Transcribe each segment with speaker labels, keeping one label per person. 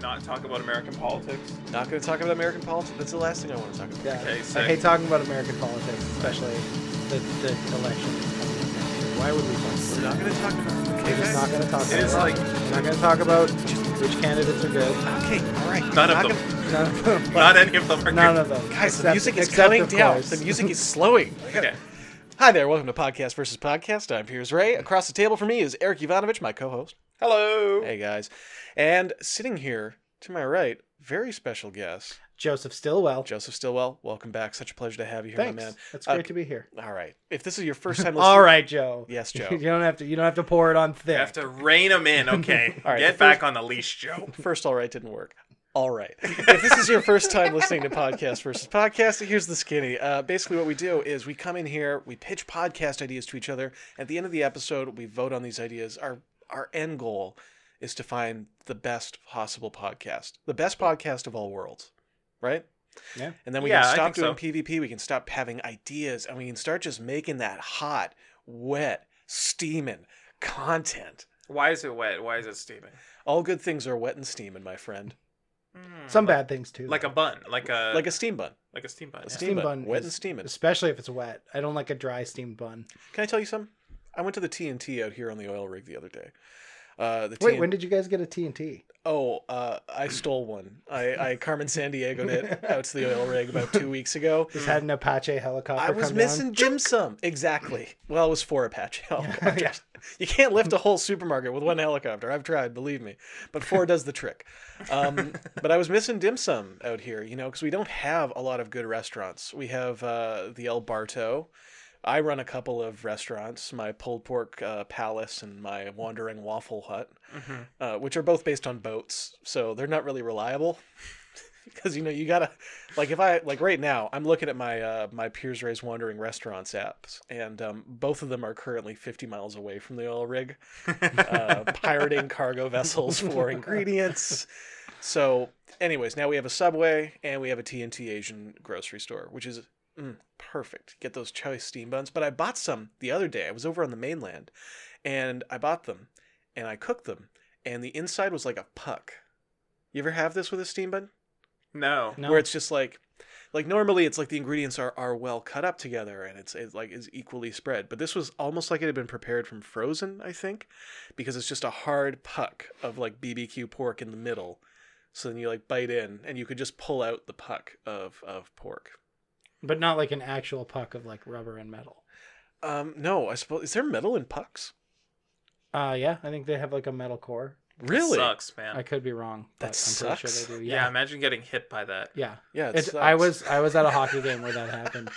Speaker 1: not talk about American politics?
Speaker 2: Not going to talk about American politics. That's the last thing I want to talk about.
Speaker 3: Yeah.
Speaker 1: Okay,
Speaker 3: I
Speaker 1: sick.
Speaker 3: hate talking about American politics, especially the, the election. Why would we talk
Speaker 2: We're
Speaker 3: about
Speaker 2: not going to talk about.
Speaker 3: it? We're just not going to talk about
Speaker 1: It is like
Speaker 3: We're not going to talk about which candidates are good.
Speaker 2: Okay, all right.
Speaker 1: none
Speaker 2: Not
Speaker 1: of
Speaker 2: gonna-
Speaker 1: them.
Speaker 3: None of them.
Speaker 1: Not any of them are
Speaker 3: None
Speaker 1: good.
Speaker 3: of them.
Speaker 2: Guys, the
Speaker 3: Except-
Speaker 2: music is
Speaker 3: except,
Speaker 2: coming
Speaker 3: of
Speaker 2: down.
Speaker 3: course.
Speaker 2: The music is slowing.
Speaker 1: Okay.
Speaker 2: Hi there. Welcome to Podcast versus Podcast. I'm Piers Ray. Across the table from me is Eric Ivanovich, my co-host.
Speaker 1: Hello.
Speaker 2: Hey guys. And sitting here to my right, very special guest,
Speaker 3: Joseph Stillwell.
Speaker 2: Joseph Stillwell. Welcome back. Such a pleasure to have you here,
Speaker 3: Thanks.
Speaker 2: my man.
Speaker 3: It's
Speaker 2: Uh,
Speaker 3: great to be here.
Speaker 2: All right. If this is your first time listening,
Speaker 3: All right, Joe.
Speaker 2: Yes, Joe.
Speaker 3: you don't have to. You don't have to pour it on
Speaker 1: You
Speaker 3: thick.
Speaker 1: have to rein them in, okay?
Speaker 2: All right,
Speaker 1: Get
Speaker 2: the first-
Speaker 1: back on the leash, Joe.
Speaker 2: First, all right didn't work. All right. If this is your first time listening to Podcast versus Podcast, here's the skinny. Uh, basically, what we do is we come in here, we pitch podcast ideas to each other. At the end of the episode, we vote on these ideas. Our our end goal is to find the best possible podcast, the best podcast of all worlds, right?
Speaker 3: Yeah.
Speaker 2: And then we
Speaker 1: Yeah, I
Speaker 2: can stop
Speaker 1: think so.
Speaker 2: doing PvP. We can stop having ideas, and we can start just making that hot, wet, steaming content.
Speaker 1: Why is it wet? Why is it steaming?
Speaker 2: All good things are wet and steaming, my friend.
Speaker 1: Mm,
Speaker 3: Some
Speaker 1: like,
Speaker 3: bad things too.
Speaker 1: like a bun, like a
Speaker 2: Like a steam bun.
Speaker 1: like a steam bun.
Speaker 2: A
Speaker 1: yeah.
Speaker 2: steam, bun, wet and steaming.
Speaker 3: especially if it's wet. I don't like a dry steamed bun.
Speaker 2: Can I tell you something? I went to the TNT out here on the oil rig the other day. Uh, the
Speaker 3: Wait,
Speaker 2: TN
Speaker 3: when did you guys get a TNT?
Speaker 2: oh, uh, I stole one. I, I Carmen San Diego it out to the oil rig about two weeks ago.
Speaker 3: Just had an Apache helicopter.
Speaker 2: I was
Speaker 3: come
Speaker 2: missing Jim some exactly. Well, it was four Apache helicopters.
Speaker 3: yeah.
Speaker 2: You can't lift a whole supermarket with one helicopter. I've tried, believe me, but four does the trick. Um, but I was missing dim sum out here, you know, because we don't have a lot of good restaurants. We have uh, the El Barto. I run a couple of restaurants, my pulled pork uh, palace and my wandering waffle hut,
Speaker 3: Mm-hmm.
Speaker 1: Mhm.
Speaker 2: uh, which are both based on boats, so they're not really reliable. Because you know you gotta, like if I like right now I'm looking at my uh, my Piers Ray's Wandering Restaurants apps, and um, both of them are currently 50 miles away from the oil rig, uh, pirating cargo vessels for ingredients. So, anyways, now we have a Subway and we have a TNT Asian grocery store, which is mm, perfect. Get those choice steam buns. But I bought some the other day. I was over on the mainland and I bought them and I cooked them, and the inside was like a puck. You ever have this with a steam bun?
Speaker 1: No.
Speaker 3: No.
Speaker 2: where it's just like like normally it's like the ingredients are are well cut up together and it's it like is equally spread but this was almost like it had been prepared from frozen i think because it's just a hard puck of like bbq pork in the middle so then you like bite in and you could just pull out the puck of of pork
Speaker 3: but not like an actual puck of like rubber and metal.
Speaker 2: um no i suppose is there metal in pucks
Speaker 3: Uh, yeah, I think they have like a metal core.
Speaker 2: really
Speaker 1: Sucks, man.
Speaker 3: I could be wrong.
Speaker 2: That
Speaker 3: But I'm pretty
Speaker 2: sucks.
Speaker 3: sure they do.
Speaker 1: yeah.
Speaker 3: Yeah,
Speaker 1: imagine getting hit by that.
Speaker 3: yeah.
Speaker 2: yeah it
Speaker 3: It's,
Speaker 2: sucks.
Speaker 3: I was I was at a hockey game where that happened.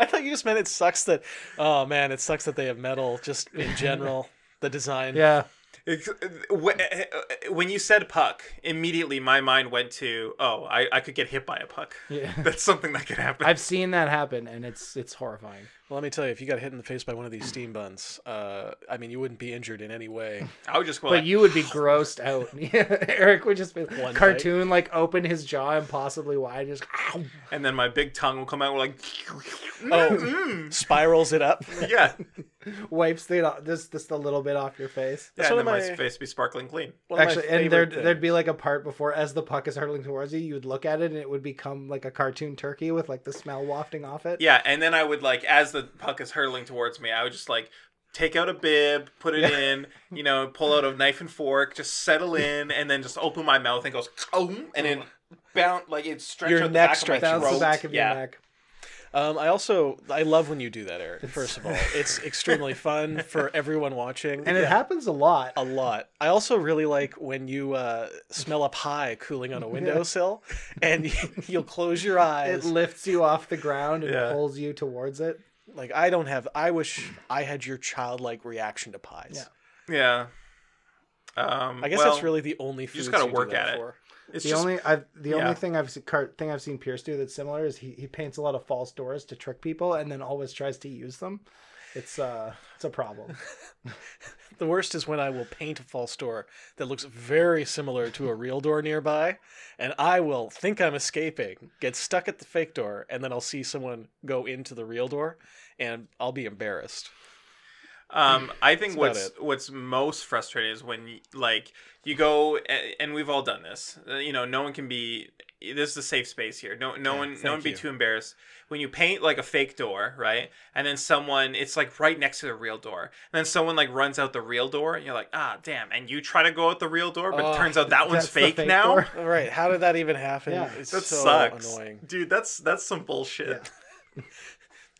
Speaker 2: i thought you just meant it sucks that oh man it sucks that they have metal just in general the design
Speaker 3: Yeah,
Speaker 1: It's- wh- uh, When you said puck, immediately my mind went to, oh, I, I could get hit by a puck.
Speaker 3: yeah.
Speaker 1: That's something that could happen.
Speaker 3: I've seen that happen, and it's it's horrifying.
Speaker 2: Well, let me tell you, if you got hit in the face by one of these steam buns, uh, I mean, you wouldn't be injured in any way.
Speaker 1: I would just go
Speaker 3: But
Speaker 1: like,
Speaker 3: you would be grossed out. Eric would just be
Speaker 2: One
Speaker 3: cartoon, like open his jaw impossibly wide, just ow.
Speaker 1: and then my big tongue will come out like,
Speaker 2: Oh, spirals it up.
Speaker 1: yeah.
Speaker 3: wipes the just just a little bit off your face.
Speaker 1: yeah
Speaker 2: one
Speaker 1: and
Speaker 2: of
Speaker 1: then my
Speaker 2: my-
Speaker 1: face be sparkling clean.
Speaker 2: One of my
Speaker 3: Actually, and
Speaker 2: favorite
Speaker 3: there'd
Speaker 2: things.
Speaker 3: there'd be like a part before as the puck is hurtling towards you, you would look at it and it would become like a cartoon turkey with like the smell wafting off it.
Speaker 1: Yeah, and then I would like as the puck is hurtling towards me, I would just like take out a bib, put it in, you know, pull out a knife and fork, just settle in, and then just open my mouth and goes oh, and then bounce like it stretches
Speaker 2: Your
Speaker 1: out the
Speaker 2: neck
Speaker 1: back
Speaker 2: stretches.
Speaker 1: of my
Speaker 3: Bounce
Speaker 1: throat.
Speaker 3: the back of
Speaker 1: yeah.
Speaker 3: your neck.
Speaker 2: Um, I also I love when you do that, Eric. First of all, it's extremely fun for everyone watching,
Speaker 3: And it happens a lot.
Speaker 2: a lot. I also really like when you uh, smell a pie cooling on a windowsill, and you'll close your
Speaker 3: It
Speaker 2: eyes.
Speaker 3: lifts you off the ground and
Speaker 1: Yeah.
Speaker 3: pulls you towards it.
Speaker 2: Like I don't have. I wish I had your childlike reaction to pies.
Speaker 3: Yeah.
Speaker 1: Yeah. Um,
Speaker 2: I guess
Speaker 1: well,
Speaker 2: that's really the only. Foods
Speaker 1: just gotta
Speaker 2: you do
Speaker 1: work
Speaker 2: that
Speaker 1: at it.
Speaker 2: for.
Speaker 1: it's
Speaker 3: the
Speaker 1: just,
Speaker 3: only I've the
Speaker 1: yeah.
Speaker 3: only thing I've seen, cart, thing I've seen Pierce do that's similar is he, he paints a lot of false doors to trick people and then always tries to use them. It's uh it's a problem.
Speaker 2: The worst is when I will paint a false door that looks very similar to a real door nearby, and I will think I'm escaping, get stuck at the fake door, and then I'll see someone go into the real door, and I'll be embarrassed.
Speaker 1: Um, I think
Speaker 2: That's about
Speaker 1: what's what's most frustrating is when y- like you go a- and we've all done this. Uh, You know, no one can be. This is a safe space here. No, no
Speaker 2: Yeah,
Speaker 1: one, no
Speaker 2: thank
Speaker 1: one be
Speaker 2: you.
Speaker 1: too embarrassed. When you paint like a fake door, right, and then someone, it's like right next to the real door, and then someone like runs out the real door, and you're like, ah, damn, and you try to go out the real door, but
Speaker 2: Oh,
Speaker 1: it turns out that one's
Speaker 3: That's the
Speaker 1: fake, now.
Speaker 3: door.
Speaker 2: All right, how did that even happen?
Speaker 3: Yeah.
Speaker 2: it's
Speaker 1: That
Speaker 2: so
Speaker 1: sucks,
Speaker 2: annoying.
Speaker 1: dude. That's that's some bullshit.
Speaker 3: Yeah.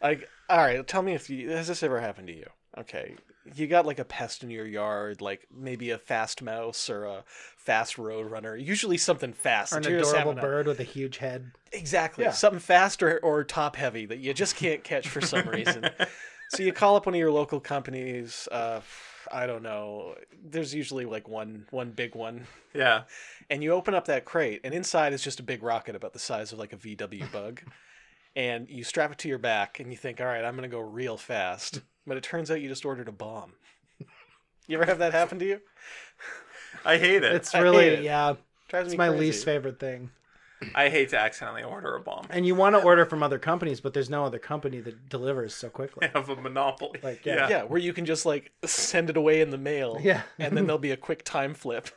Speaker 2: Like, all right, tell me if you has this ever happened to you? Okay, you got like a pest in your yard, like maybe a fast mouse or a fast road runner. Usually something fast.
Speaker 3: Or an
Speaker 2: that you're just
Speaker 3: adorable
Speaker 2: having a-
Speaker 3: bird with a huge head.
Speaker 2: Exactly.
Speaker 3: Yeah.
Speaker 2: Something fast or, or top heavy that you just can't catch for some reason. so you call up one of your local companies. Uh, I don't know. There's usually like one one big one,
Speaker 1: yeah.
Speaker 2: and you open up that crate, and inside is just a big rocket about the size of like a VW Bug, and you strap it to your back, and you think, all right, I'm gonna go real fast, but it turns out you just ordered a bomb. You ever have that happen to you?
Speaker 1: I hate it.
Speaker 3: It's
Speaker 2: I hate
Speaker 3: really
Speaker 2: it.
Speaker 3: yeah,
Speaker 2: Drives
Speaker 3: it's
Speaker 2: me
Speaker 3: my
Speaker 2: crazy.
Speaker 3: least favorite thing.
Speaker 1: I hate to accidentally order a bomb.
Speaker 3: And you want to order from other companies, but there's no other company that delivers so quickly.
Speaker 1: Of a monopoly.
Speaker 3: Like,
Speaker 1: yeah.
Speaker 3: yeah.
Speaker 2: Yeah, where you can just like send it away in the mail.
Speaker 3: Yeah.
Speaker 2: And then there'll be a quick time flip.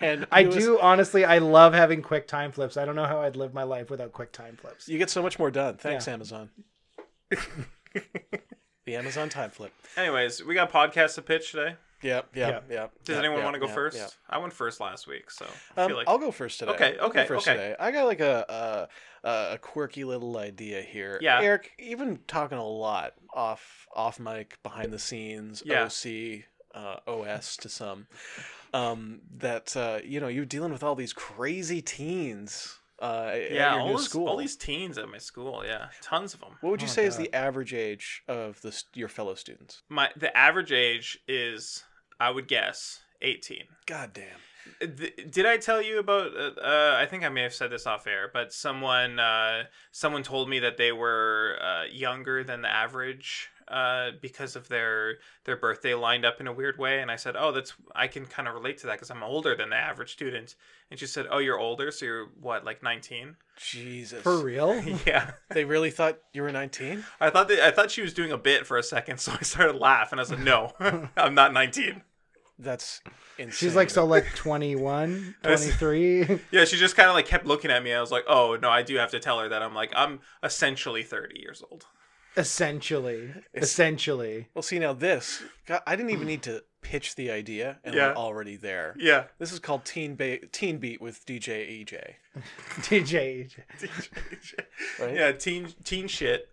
Speaker 2: and
Speaker 3: I
Speaker 2: it was-
Speaker 3: do honestly, I love having quick time flips. I don't know how I'd live my life without quick time flips.
Speaker 2: You get so much more done. Thanks, Amazon. the Amazon time flip.
Speaker 1: Anyways, we got podcasts to pitch today.
Speaker 2: Yep, yep,
Speaker 3: Yep.
Speaker 2: yep.
Speaker 1: Does
Speaker 2: yep,
Speaker 1: anyone
Speaker 2: yep,
Speaker 1: want to go
Speaker 2: yep,
Speaker 1: first?
Speaker 2: yep.
Speaker 1: I went first last week, so I
Speaker 2: Um,
Speaker 1: feel like
Speaker 2: I'll go first today.
Speaker 1: Okay,
Speaker 2: I'll go
Speaker 1: okay,
Speaker 2: first
Speaker 1: okay.
Speaker 2: today. I got like a, a a quirky little idea here.
Speaker 1: Yeah.
Speaker 2: Eric, you've been talking a lot off off mic, behind the scenes,
Speaker 1: Yeah.
Speaker 2: OC, uh, OS to some. Um, that uh, you know you're dealing with all these crazy teens. Uh, at
Speaker 1: yeah,
Speaker 2: your
Speaker 1: all,
Speaker 2: new
Speaker 1: this-
Speaker 2: school.
Speaker 1: all these teens at my school, yeah, tons of them.
Speaker 2: What would you
Speaker 3: Oh,
Speaker 2: say is
Speaker 3: God.
Speaker 2: the average age of the, st- your fellow students?
Speaker 1: My the average age is, I would guess, eighteen.
Speaker 2: God damn.
Speaker 1: Th- Did I tell you about? Uh, uh, I think I may have said this off air, but someone uh, someone told me that they were uh, younger than the average uh, because of their their birthday lined up in a weird way, and I said, "Oh, that's I can kind of relate to that because I'm older than the average student." And she said, "Oh, you're older, so you're what, like 19?"
Speaker 2: Jesus.
Speaker 3: For real?
Speaker 1: yeah,
Speaker 2: They really thought you were 19?
Speaker 1: I thought that, I thought she was doing a bit for a second, so I started laughing. I was like, "No, I'm not 19."
Speaker 2: That's insane.
Speaker 3: She's like so like 21, 23.
Speaker 1: Yeah, she just kind of like kept looking at me. I was like, "Oh no, I do have to tell her that I'm like I'm essentially 30 years old."
Speaker 3: essentially. Essentially.
Speaker 2: Well, see, now this, God, I didn't even need to pitch the idea, and
Speaker 1: Yeah.
Speaker 2: we're already there.
Speaker 1: Yeah,
Speaker 2: This is called Teen, ba- Teen Beat with DJ EJ.
Speaker 3: DJ.
Speaker 2: Right?
Speaker 1: yeah, teen teen shit.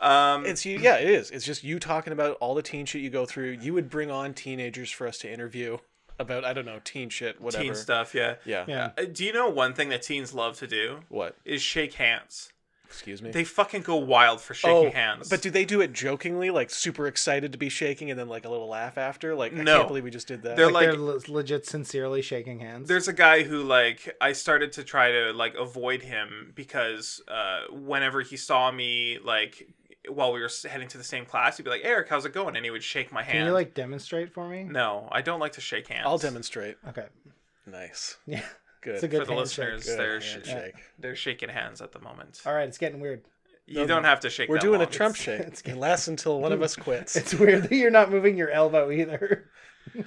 Speaker 1: Um,
Speaker 2: It's you, yeah, it is. It's just you talking about all the teen shit you go through. You would bring on teenagers for us to interview about, I don't know, teen shit, whatever.
Speaker 1: teen stuff. Yeah.
Speaker 2: Yeah.
Speaker 3: Yeah.
Speaker 1: Uh, Do you know one thing that teens love to do
Speaker 2: What?
Speaker 1: is shake hands?
Speaker 2: Excuse me? Oh,
Speaker 1: They fucking go wild for shaking hands.
Speaker 2: But do they do it jokingly, like super excited to be shaking, and then like a little laugh after? Like, I
Speaker 1: No.
Speaker 2: can't believe we just did that.
Speaker 1: They're
Speaker 3: Like,
Speaker 1: Like-
Speaker 3: they're le- legit sincerely shaking hands.
Speaker 1: There's a guy who like I started to try to like avoid him because uh, whenever he saw me like while we were s- heading to the same class, he'd be like, "Eric, how's it going?" and he would shake my hand.
Speaker 3: Can you like demonstrate for me?
Speaker 1: no, I don't like to shake hands.
Speaker 2: I'll demonstrate.
Speaker 3: Okay.
Speaker 2: Nice.
Speaker 3: Yeah.
Speaker 2: Good.
Speaker 3: It's a
Speaker 1: for
Speaker 3: good
Speaker 1: the
Speaker 3: handshake.
Speaker 1: listeners.
Speaker 2: Good
Speaker 1: They're sh-
Speaker 2: handshake.
Speaker 1: they're shaking hands at the moment.
Speaker 3: All right, it's getting weird.
Speaker 1: You don't have to shake.
Speaker 2: We're
Speaker 1: that
Speaker 2: doing
Speaker 1: long.
Speaker 2: a Trump
Speaker 1: It's-
Speaker 2: shake. it lasts until one of us quits.
Speaker 3: It's weird that you're not moving your elbow either.
Speaker 2: Do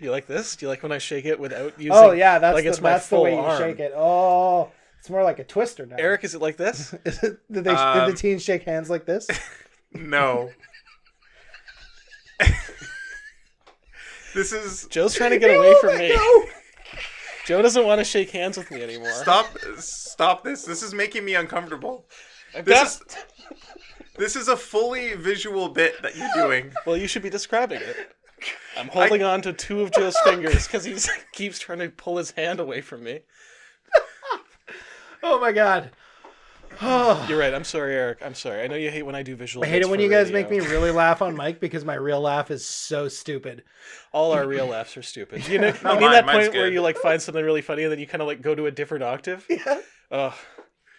Speaker 2: you like this? Do you like when I shake it without using?
Speaker 3: Oh yeah, that's
Speaker 2: like
Speaker 3: the,
Speaker 2: it's my
Speaker 3: that's the way
Speaker 2: full
Speaker 3: you
Speaker 2: arm.
Speaker 3: shake it. Oh, it's more like a twister now.
Speaker 2: Eric, is it like this?
Speaker 3: Is it- did, they,
Speaker 1: Um,
Speaker 3: did the teens shake hands like this?
Speaker 1: No. this is
Speaker 2: Joe's trying to get away from me. Joe doesn't want to shake hands with me anymore.
Speaker 1: stop. Stop this. This is making me uncomfortable.
Speaker 2: I've
Speaker 1: This
Speaker 2: got-
Speaker 1: is, this is a fully visual bit that you're doing.
Speaker 2: Well, you should be describing it. I'm holding on to two of Joe's fingers because he keeps trying to pull his hand away from me.
Speaker 3: Oh my god. Oh,
Speaker 2: You're right. I'm sorry, Eric. I'm sorry. I know you hate when I do visual.
Speaker 3: I hate
Speaker 2: bits
Speaker 3: it when
Speaker 2: for
Speaker 3: you guys
Speaker 2: radio.
Speaker 3: make me really laugh on mic because my real laugh is so stupid.
Speaker 2: All our real laughs are stupid. You know, you mean
Speaker 1: mine-
Speaker 2: that
Speaker 1: mine's
Speaker 2: point where
Speaker 1: good.
Speaker 2: you like find something really funny and then you kind of like go to a different octave. Yeah. Ugh.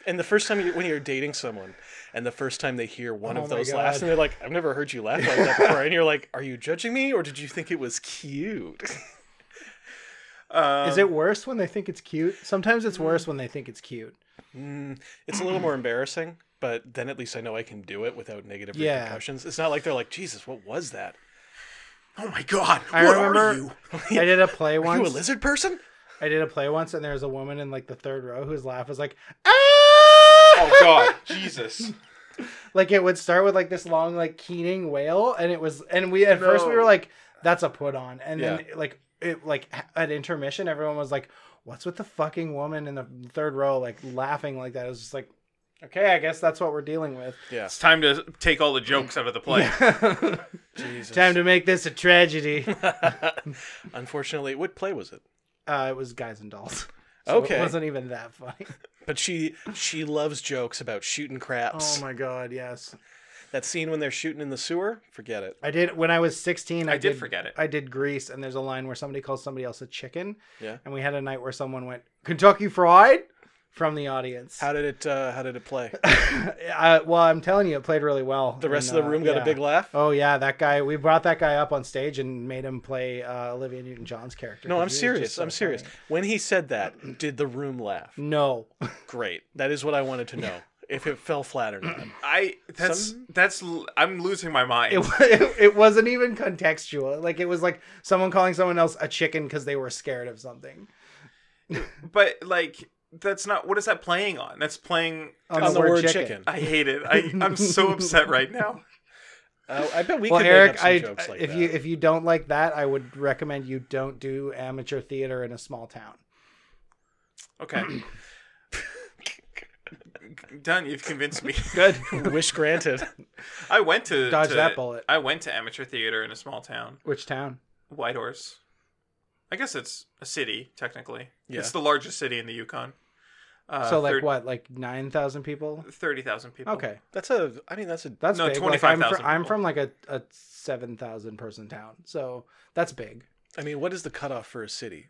Speaker 2: and the first time you, when you're dating someone, and the first time they hear one
Speaker 3: Oh
Speaker 2: of
Speaker 3: my
Speaker 2: those laughs,
Speaker 3: God.
Speaker 2: and they're like, "I've never heard you laugh like that before," and you're like, "Are you judging me, or did you think it was cute?"
Speaker 1: Um,
Speaker 3: Is it worse
Speaker 2: hmm.
Speaker 3: when they think it's cute? Sometimes it's worse when they think it's cute.
Speaker 2: Mm, it's a little more embarrassing, but then at least I know I can do it without negative
Speaker 3: Yeah.
Speaker 2: repercussions. It's not like they're like, Jesus, what was that?
Speaker 1: Oh my god!
Speaker 3: I
Speaker 1: what are
Speaker 3: remember
Speaker 1: you?
Speaker 3: I did a play
Speaker 2: Are you a
Speaker 3: once.
Speaker 2: lizard person?
Speaker 3: I did a play once, and there was a woman in like the third row whose laugh was like, ah!
Speaker 1: Oh god, Jesus!
Speaker 3: like it would start with like this long like keening wail, and it was, and we at first we
Speaker 1: No.
Speaker 3: were like, that's a put on, and then like it like at intermission, everyone was like, what's with the fucking woman in the third row like laughing like that? It was just like, okay, I guess that's what we're dealing with.
Speaker 2: Yeah.
Speaker 1: It's time to take all the jokes out of the play.
Speaker 2: Jesus.
Speaker 3: Time to make this a tragedy.
Speaker 2: Unfortunately, what play was it?
Speaker 3: Uh, it was guys and dolls.
Speaker 2: Okay.
Speaker 3: it wasn't even that funny.
Speaker 2: But she she loves jokes about shooting craps.
Speaker 3: Oh my god, yes.
Speaker 2: That scene when they're shooting in the sewer, forget it.
Speaker 3: I did when I was 16. I,
Speaker 1: I did forget it.
Speaker 3: I did Grease, and there's a line where somebody calls somebody else a chicken.
Speaker 2: Yeah.
Speaker 3: And we had a night where someone went Kentucky Fried from the audience.
Speaker 2: How did it? Uh, how did it play?
Speaker 3: I, well, I'm telling you, it played really well.
Speaker 2: The rest
Speaker 3: And,
Speaker 2: of the
Speaker 3: uh,
Speaker 2: room got
Speaker 3: yeah.
Speaker 2: a big laugh.
Speaker 3: Oh yeah, that guy. We brought that guy up on stage and made him play uh, Olivia Newton-John's character.
Speaker 2: no,
Speaker 3: 'cause
Speaker 2: I'm
Speaker 3: he was
Speaker 2: serious.
Speaker 3: just so
Speaker 2: I'm serious.
Speaker 3: funny.
Speaker 2: When he said that, did the room laugh?
Speaker 3: No,
Speaker 2: Great. That is what I wanted to know. If it fell flat or not.
Speaker 1: I that's
Speaker 2: Some-
Speaker 1: that's l- I'm losing my mind.
Speaker 3: it, wa- it it wasn't even contextual. Like it was like someone calling someone else a chicken because they were scared of something.
Speaker 1: but like that's not what is that playing on? That's playing.
Speaker 3: On
Speaker 2: On
Speaker 3: the
Speaker 2: the
Speaker 3: word
Speaker 2: word chicken.
Speaker 3: chicken.
Speaker 1: I hate it. I I'm so upset right now.
Speaker 2: Uh, I bet we
Speaker 3: well,
Speaker 2: could make up
Speaker 3: Eric,
Speaker 2: some
Speaker 3: I,
Speaker 2: jokes like
Speaker 3: if
Speaker 2: that.
Speaker 3: you if you don't like that, I would recommend you don't do amateur theater in a small town.
Speaker 1: Okay. Done. You've convinced me.
Speaker 3: Good.
Speaker 2: Wish granted.
Speaker 1: I went to
Speaker 3: Dodge
Speaker 1: to-
Speaker 3: that bullet.
Speaker 1: I went to amateur theater in a small town,
Speaker 3: Which town?
Speaker 1: Whitehorse. I guess it's a city technically.
Speaker 2: Yeah.
Speaker 1: It's the largest city in the Yukon. Uh,
Speaker 3: so like what? Like nine thousand people?
Speaker 1: Thirty thousand people.
Speaker 3: Okay,
Speaker 2: That's a. I mean, that's a.
Speaker 3: that's
Speaker 1: No,
Speaker 3: big. Like,
Speaker 1: 25,000
Speaker 3: I'm, fr- I'm
Speaker 1: people.
Speaker 3: from like a, a seven thousand person town, so that's big.
Speaker 2: I mean, what is the cutoff for a city?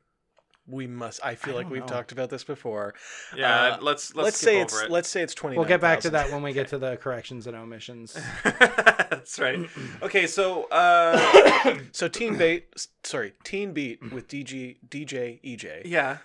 Speaker 2: We must. I feel
Speaker 3: I
Speaker 2: like
Speaker 3: don't
Speaker 2: we've
Speaker 3: know.
Speaker 2: talked about this before.
Speaker 1: Yeah.
Speaker 2: Uh,
Speaker 1: let's let's,
Speaker 2: Let's,
Speaker 1: skip
Speaker 2: say
Speaker 1: over
Speaker 2: it's.
Speaker 1: it.
Speaker 2: Let's say it's twenty.
Speaker 3: We'll get back to that when we get to the corrections and omissions.
Speaker 1: That's right. Okay, so uh
Speaker 2: So Teen Bait, s- sorry, Teen Beat with DG DJ EJ,
Speaker 1: yeah.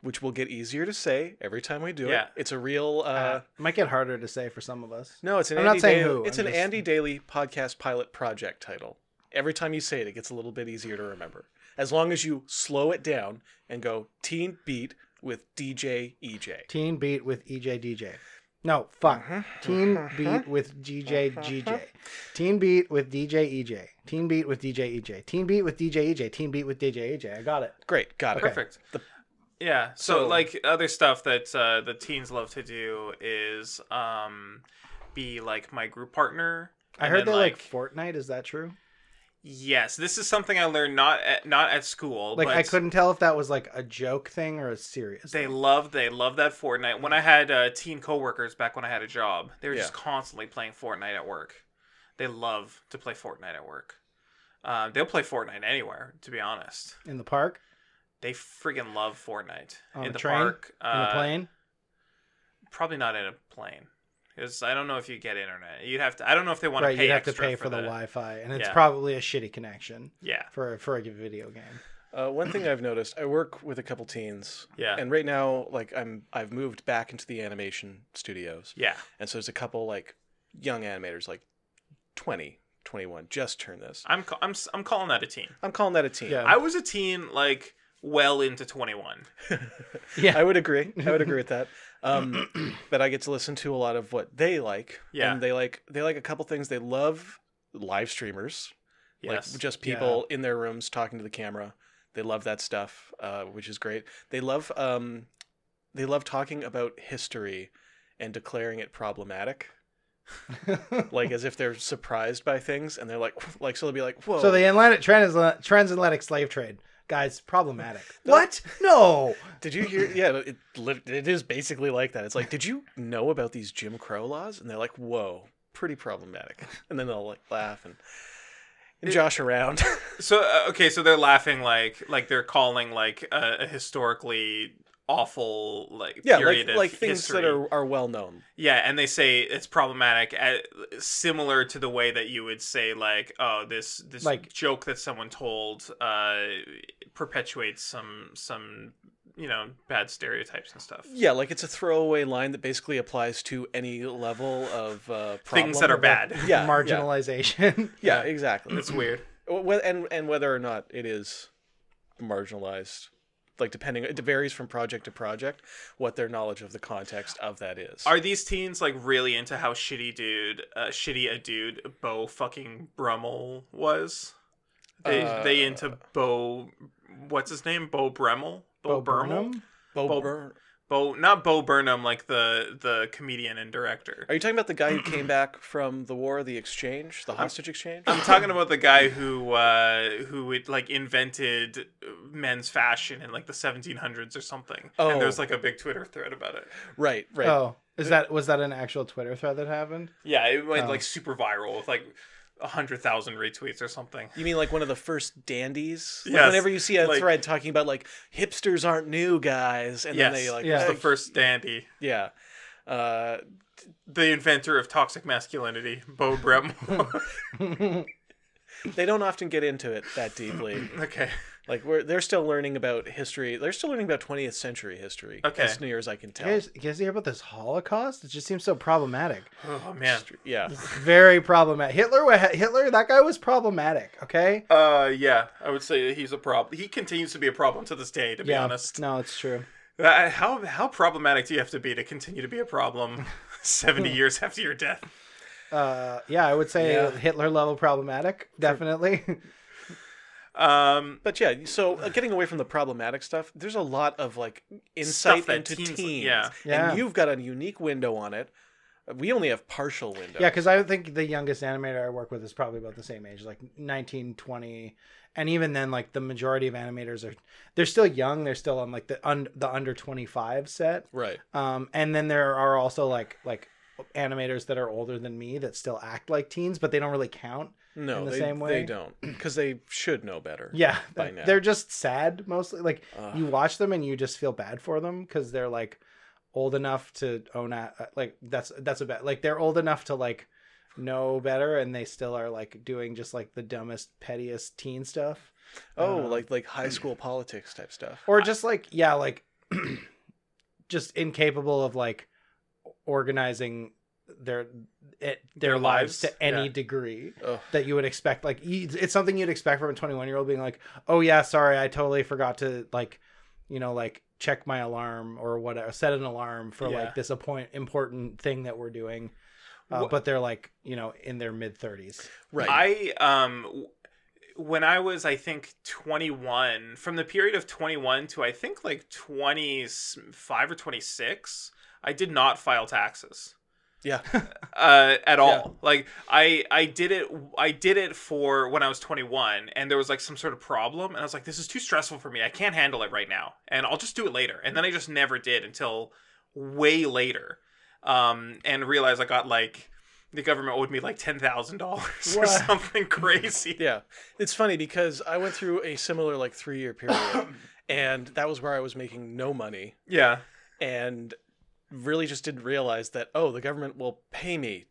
Speaker 2: which will get easier to say every time we do
Speaker 1: Yeah.
Speaker 2: it. It's a real. Uh,
Speaker 3: Uh, might get harder to say for some of us.
Speaker 2: no, it's an.
Speaker 3: I'm not
Speaker 2: Andy
Speaker 3: saying
Speaker 2: Daly-
Speaker 3: who,
Speaker 2: It's
Speaker 3: I'm
Speaker 2: an
Speaker 3: just-
Speaker 2: Andy Daly podcast pilot project title. Every time you say it, it gets a little bit easier to remember, as long as you slow it down and go Teen Beat with E DJ EJ.
Speaker 3: Teen beat with E EJ DJ. No, fuck. Teen beat with GJ GJ. Teen beat with DJ EJ. Teen beat with DJ EJ. Teen beat with DJ EJ. Teen beat with DJ EJ. I got it.
Speaker 2: Great, got it.
Speaker 1: Perfect. yeah. So,
Speaker 2: So-
Speaker 1: like other stuff that uh, the teens love to do is um, be like my group partner.
Speaker 3: I
Speaker 1: and
Speaker 3: heard they
Speaker 1: then,
Speaker 3: like, Fortnite. Is that true?
Speaker 1: Yes, this is something I learned not at, not at school.
Speaker 3: Like
Speaker 1: but
Speaker 3: I couldn't tell if that was like a joke thing or a serious.
Speaker 1: They love they love that Fortnite. When I had uh, teen coworkers back when I had a job, they were just
Speaker 2: Yeah.
Speaker 1: constantly playing Fortnite at work. They love to play Fortnite at work. Uh, they'll play Fortnite anywhere, to be honest.
Speaker 3: in the park,
Speaker 1: They friggin' love Fortnite
Speaker 3: On
Speaker 1: in
Speaker 3: a
Speaker 1: the
Speaker 3: train?
Speaker 1: park.
Speaker 3: in a
Speaker 1: uh,
Speaker 3: plane.
Speaker 1: probably not in a plane because I don't know if you get internet. You'd have to. I don't know if they want
Speaker 3: Right,
Speaker 1: to pay.
Speaker 3: you'd have to
Speaker 1: extra
Speaker 3: pay for the
Speaker 1: wi
Speaker 3: Wi-Fi, and it's
Speaker 1: Yeah.
Speaker 3: probably a shitty connection
Speaker 1: Yeah,
Speaker 3: for for a video game.
Speaker 2: Uh, one thing I've noticed, I work with a couple teens,
Speaker 1: yeah,
Speaker 2: and right now, like I'm, I've moved back into the animation studios.
Speaker 1: yeah.
Speaker 2: And so there's a couple like young animators, like 20, 21, just turn this.
Speaker 1: I'm ca- I'm s- I'm calling that a teen.
Speaker 2: I'm calling that a teen.
Speaker 3: Yeah.
Speaker 1: I was a teen like well into 21.
Speaker 3: Yeah.
Speaker 2: I would agree. I would agree with that. Um, but I get to listen to a lot of what they like.
Speaker 1: Yeah.
Speaker 2: And they like they like a couple things. They love live streamers,
Speaker 1: Yes.
Speaker 2: like just people in their rooms talking to the camera. They love that stuff, uh, which is great. They love um, they love talking about history and declaring it problematic, like as if they're surprised by things, and they're like, like so they'll be like, whoa.
Speaker 3: so the Atlantic trans- transatlantic slave trade, guys, problematic.
Speaker 2: No.
Speaker 3: What? No.
Speaker 2: Did you hear? Yeah, it lit- it is basically like that. It's like, did you know about these Jim Crow laws? And they're like, whoa, pretty problematic. And then they'll like laugh and and josh around.
Speaker 1: So uh, okay, so they're laughing like like they're calling like a, a historically awful like
Speaker 2: yeah,
Speaker 1: period
Speaker 2: like
Speaker 1: of
Speaker 2: like things that
Speaker 1: history.
Speaker 2: are are well known.
Speaker 1: yeah, and they say it's problematic, at, similar to the way that you would say like oh this this
Speaker 3: Like-
Speaker 1: joke that someone told uh perpetuates some some you know bad stereotypes and stuff.
Speaker 2: Yeah, like it's a throwaway line that basically applies to any level of uh, problem.
Speaker 1: Things that are bad.
Speaker 2: Yeah, yeah,
Speaker 3: marginalization.
Speaker 2: Yeah, exactly.
Speaker 1: It's weird.
Speaker 2: Wh- wh- and and whether or not it is marginalized, like depending, it varies from project to project what their knowledge of the context of that is.
Speaker 1: Are these teens like really into how shitty dude, uh, shitty a dude Bo fucking Brummel was? They
Speaker 3: Uh,
Speaker 1: they into Bo, what's his name? Bo Bremmel. Brummel?
Speaker 3: Bo Oh, Burnham?
Speaker 2: Bo
Speaker 1: Bo-
Speaker 2: Bur-
Speaker 1: Bo not Bo Burnham, like the the comedian and director.
Speaker 2: Are you talking about the guy who came back from the war, the exchange, the hostage exchange?
Speaker 1: I'm talking about the guy who uh, who it, like invented men's fashion in like the 1700s or something.
Speaker 2: Oh.
Speaker 1: And there's like a big Twitter thread about it.
Speaker 2: right, right.
Speaker 3: Oh, is that was that an actual Twitter thread that happened?
Speaker 1: Yeah, it went
Speaker 3: Oh.
Speaker 1: like super viral with like hundred thousand retweets or something.
Speaker 2: You mean like one of the first dandies? Like
Speaker 1: Yes,
Speaker 2: Whenever you see a
Speaker 1: like-
Speaker 2: thread talking about like hipsters aren't new guys, and
Speaker 1: yes,
Speaker 2: then they like
Speaker 1: yeah.
Speaker 3: Yeah.
Speaker 1: was the first dandy,
Speaker 2: yeah. Uh,
Speaker 1: the inventor of toxic masculinity, Bo Bremmel.
Speaker 2: they don't often get into it that deeply.
Speaker 1: okay,
Speaker 2: Like we're, they're still learning about history. They're still learning about 20th century history.
Speaker 1: Okay.
Speaker 2: as near as I can
Speaker 3: You
Speaker 2: tell.
Speaker 3: guys, you guys hear about this Holocaust? It just seems so problematic.
Speaker 1: oh man.
Speaker 2: Yeah,
Speaker 3: Very problematic. Hitler, wa- Hitler, that guy was problematic. Okay.
Speaker 1: Uh, yeah, I would say that he's a problem. He continues to be a problem to this day. To be honest,
Speaker 3: No, it's true.
Speaker 1: Uh, how how problematic do you have to be to continue to be a problem seventy
Speaker 2: Hmm.
Speaker 1: years after your death?
Speaker 3: Uh, yeah, I would say
Speaker 2: Yeah.
Speaker 3: Hitler level problematic. Definitely.
Speaker 1: Um,
Speaker 2: but yeah. So uh, getting away from the problematic stuff, there's a lot of like insight
Speaker 1: that
Speaker 2: into
Speaker 1: teens-
Speaker 2: teens.
Speaker 1: yeah.
Speaker 3: Yeah.
Speaker 2: and you've got a unique window on it. Uh, We only have partial window.
Speaker 3: yeah, because I think the youngest animator I work with is probably about the same age, like 19, 20. And even then, like the majority of animators are, they're still young. They're still on like the, un, the under 25 set.
Speaker 2: right.
Speaker 3: Um, and then there are also like, like, animators that are older than me that still act like teens but they don't really count
Speaker 2: No,
Speaker 3: in the
Speaker 2: they,
Speaker 3: same way?
Speaker 2: they don't because they should know better.
Speaker 3: Yeah,
Speaker 2: by
Speaker 3: th-
Speaker 2: now.
Speaker 3: they're just sad mostly. Like
Speaker 2: Ugh.
Speaker 3: you watch them and you just feel bad for them because they're like old enough to own a uh, like that's that's a bad like they're old enough to like know better and they still are like doing just like the dumbest pettiest teen stuff
Speaker 2: Oh,
Speaker 3: Uh,
Speaker 2: like like high school politics type stuff.
Speaker 3: or just like yeah like just incapable of like organizing their it, their,
Speaker 1: Their
Speaker 3: lives,
Speaker 1: lives,
Speaker 3: to any
Speaker 1: yeah.
Speaker 3: degree
Speaker 2: Ugh.
Speaker 3: that you would expect like you- it's something you'd expect from a 21 year old being like oh yeah sorry i totally forgot to like you know like check my alarm or whatever set an alarm for
Speaker 1: Yeah.
Speaker 3: like this appoint important thing that we're doing uh,
Speaker 1: Wha-
Speaker 3: but they're like you know in their mid 30s
Speaker 2: Right.
Speaker 1: I um w- when I was I think 21 from the period of 21 to I think like 25 or 26 I did not file taxes
Speaker 2: yeah.
Speaker 1: uh at all like I I did it I did it for when I was 21 and there was like some sort of problem and I was like this is too stressful for me I can't handle it right now and I'll just do it later and then I just never did until way later um and realized I got like the government owed me like ten thousand dollars or
Speaker 3: What?
Speaker 1: something crazy.
Speaker 2: Yeah. It's funny because I went through a similar like three year period and that was where I was making no money
Speaker 1: Yeah.
Speaker 2: and really just didn't realize that, oh, the government will pay me.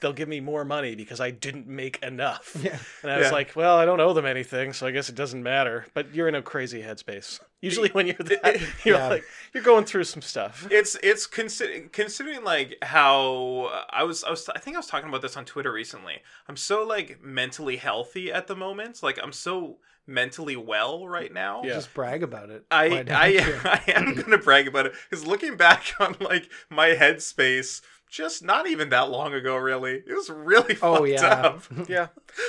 Speaker 2: They'll give me more money because I didn't make enough.
Speaker 3: yeah
Speaker 2: And I was
Speaker 1: Yeah.
Speaker 2: like, well, I don't owe them anything, so I guess it doesn't matter. But you're in a crazy headspace. Usually when you're that, you're
Speaker 3: Yeah.
Speaker 2: like you're going through some stuff.
Speaker 1: It's it's consider- considering like how uh, I was I was I think I was talking about this on Twitter recently. I'm so like mentally healthy at the moment. Like I'm so mentally well right now.
Speaker 2: Yeah.
Speaker 3: just brag about it
Speaker 1: I
Speaker 3: Why don't you?
Speaker 1: I, I am gonna brag about it because looking back on like my headspace, just not even that long ago, really, it was really
Speaker 3: Oh,
Speaker 1: fucked
Speaker 3: yeah.
Speaker 1: up.
Speaker 2: Yeah,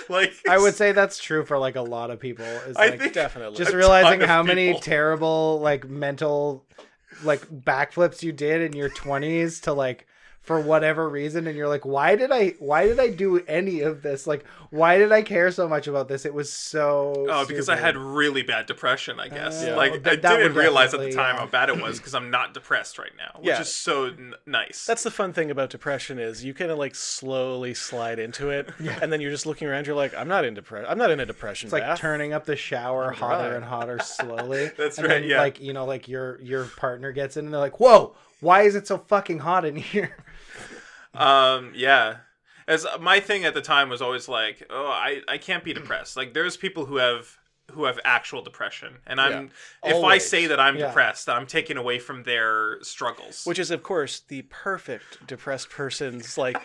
Speaker 1: Like
Speaker 3: I would say that's true for like a lot of people is
Speaker 1: I
Speaker 3: like
Speaker 1: think
Speaker 2: definitely.
Speaker 3: just
Speaker 1: a
Speaker 3: realizing
Speaker 1: ton of
Speaker 3: how many
Speaker 1: people.
Speaker 3: terrible like mental like backflips you did in your 20s to like for whatever reason and you're like why did i why did i do any of this like why did i care so much about this it was so
Speaker 1: Oh, because I
Speaker 3: stupid.
Speaker 1: had really bad depression, I guess.
Speaker 3: Oh,
Speaker 1: Like
Speaker 3: that- that
Speaker 1: I
Speaker 3: would
Speaker 1: didn't realize at the
Speaker 3: definitely, uh,
Speaker 1: time
Speaker 3: yeah.
Speaker 1: how bad it was because I'm not depressed right now, which
Speaker 2: Yeah.
Speaker 1: is so n- nice.
Speaker 2: That's the fun thing about depression is you kind of like slowly slide into it, and then you're just looking around. You're like, I'm not in depression. I'm not in a depression.
Speaker 3: it's like
Speaker 2: bath.
Speaker 3: turning up the shower hotter
Speaker 2: right.
Speaker 3: and hotter slowly
Speaker 1: That's
Speaker 3: and
Speaker 1: right,
Speaker 3: then,
Speaker 1: yeah.
Speaker 3: like you know like your your partner gets in and they're like whoa why is it so fucking hot in here
Speaker 1: um, yeah. uh, Mm. As my thing at the time was always like, oh, I I can't be depressed. Like there's people who have who have actual depression, and I'm
Speaker 2: Yeah.
Speaker 1: if I
Speaker 2: Always.
Speaker 1: say that I'm
Speaker 3: Yeah.
Speaker 1: depressed, I'm taking away from their struggles.
Speaker 2: which is of course the perfect depressed person's like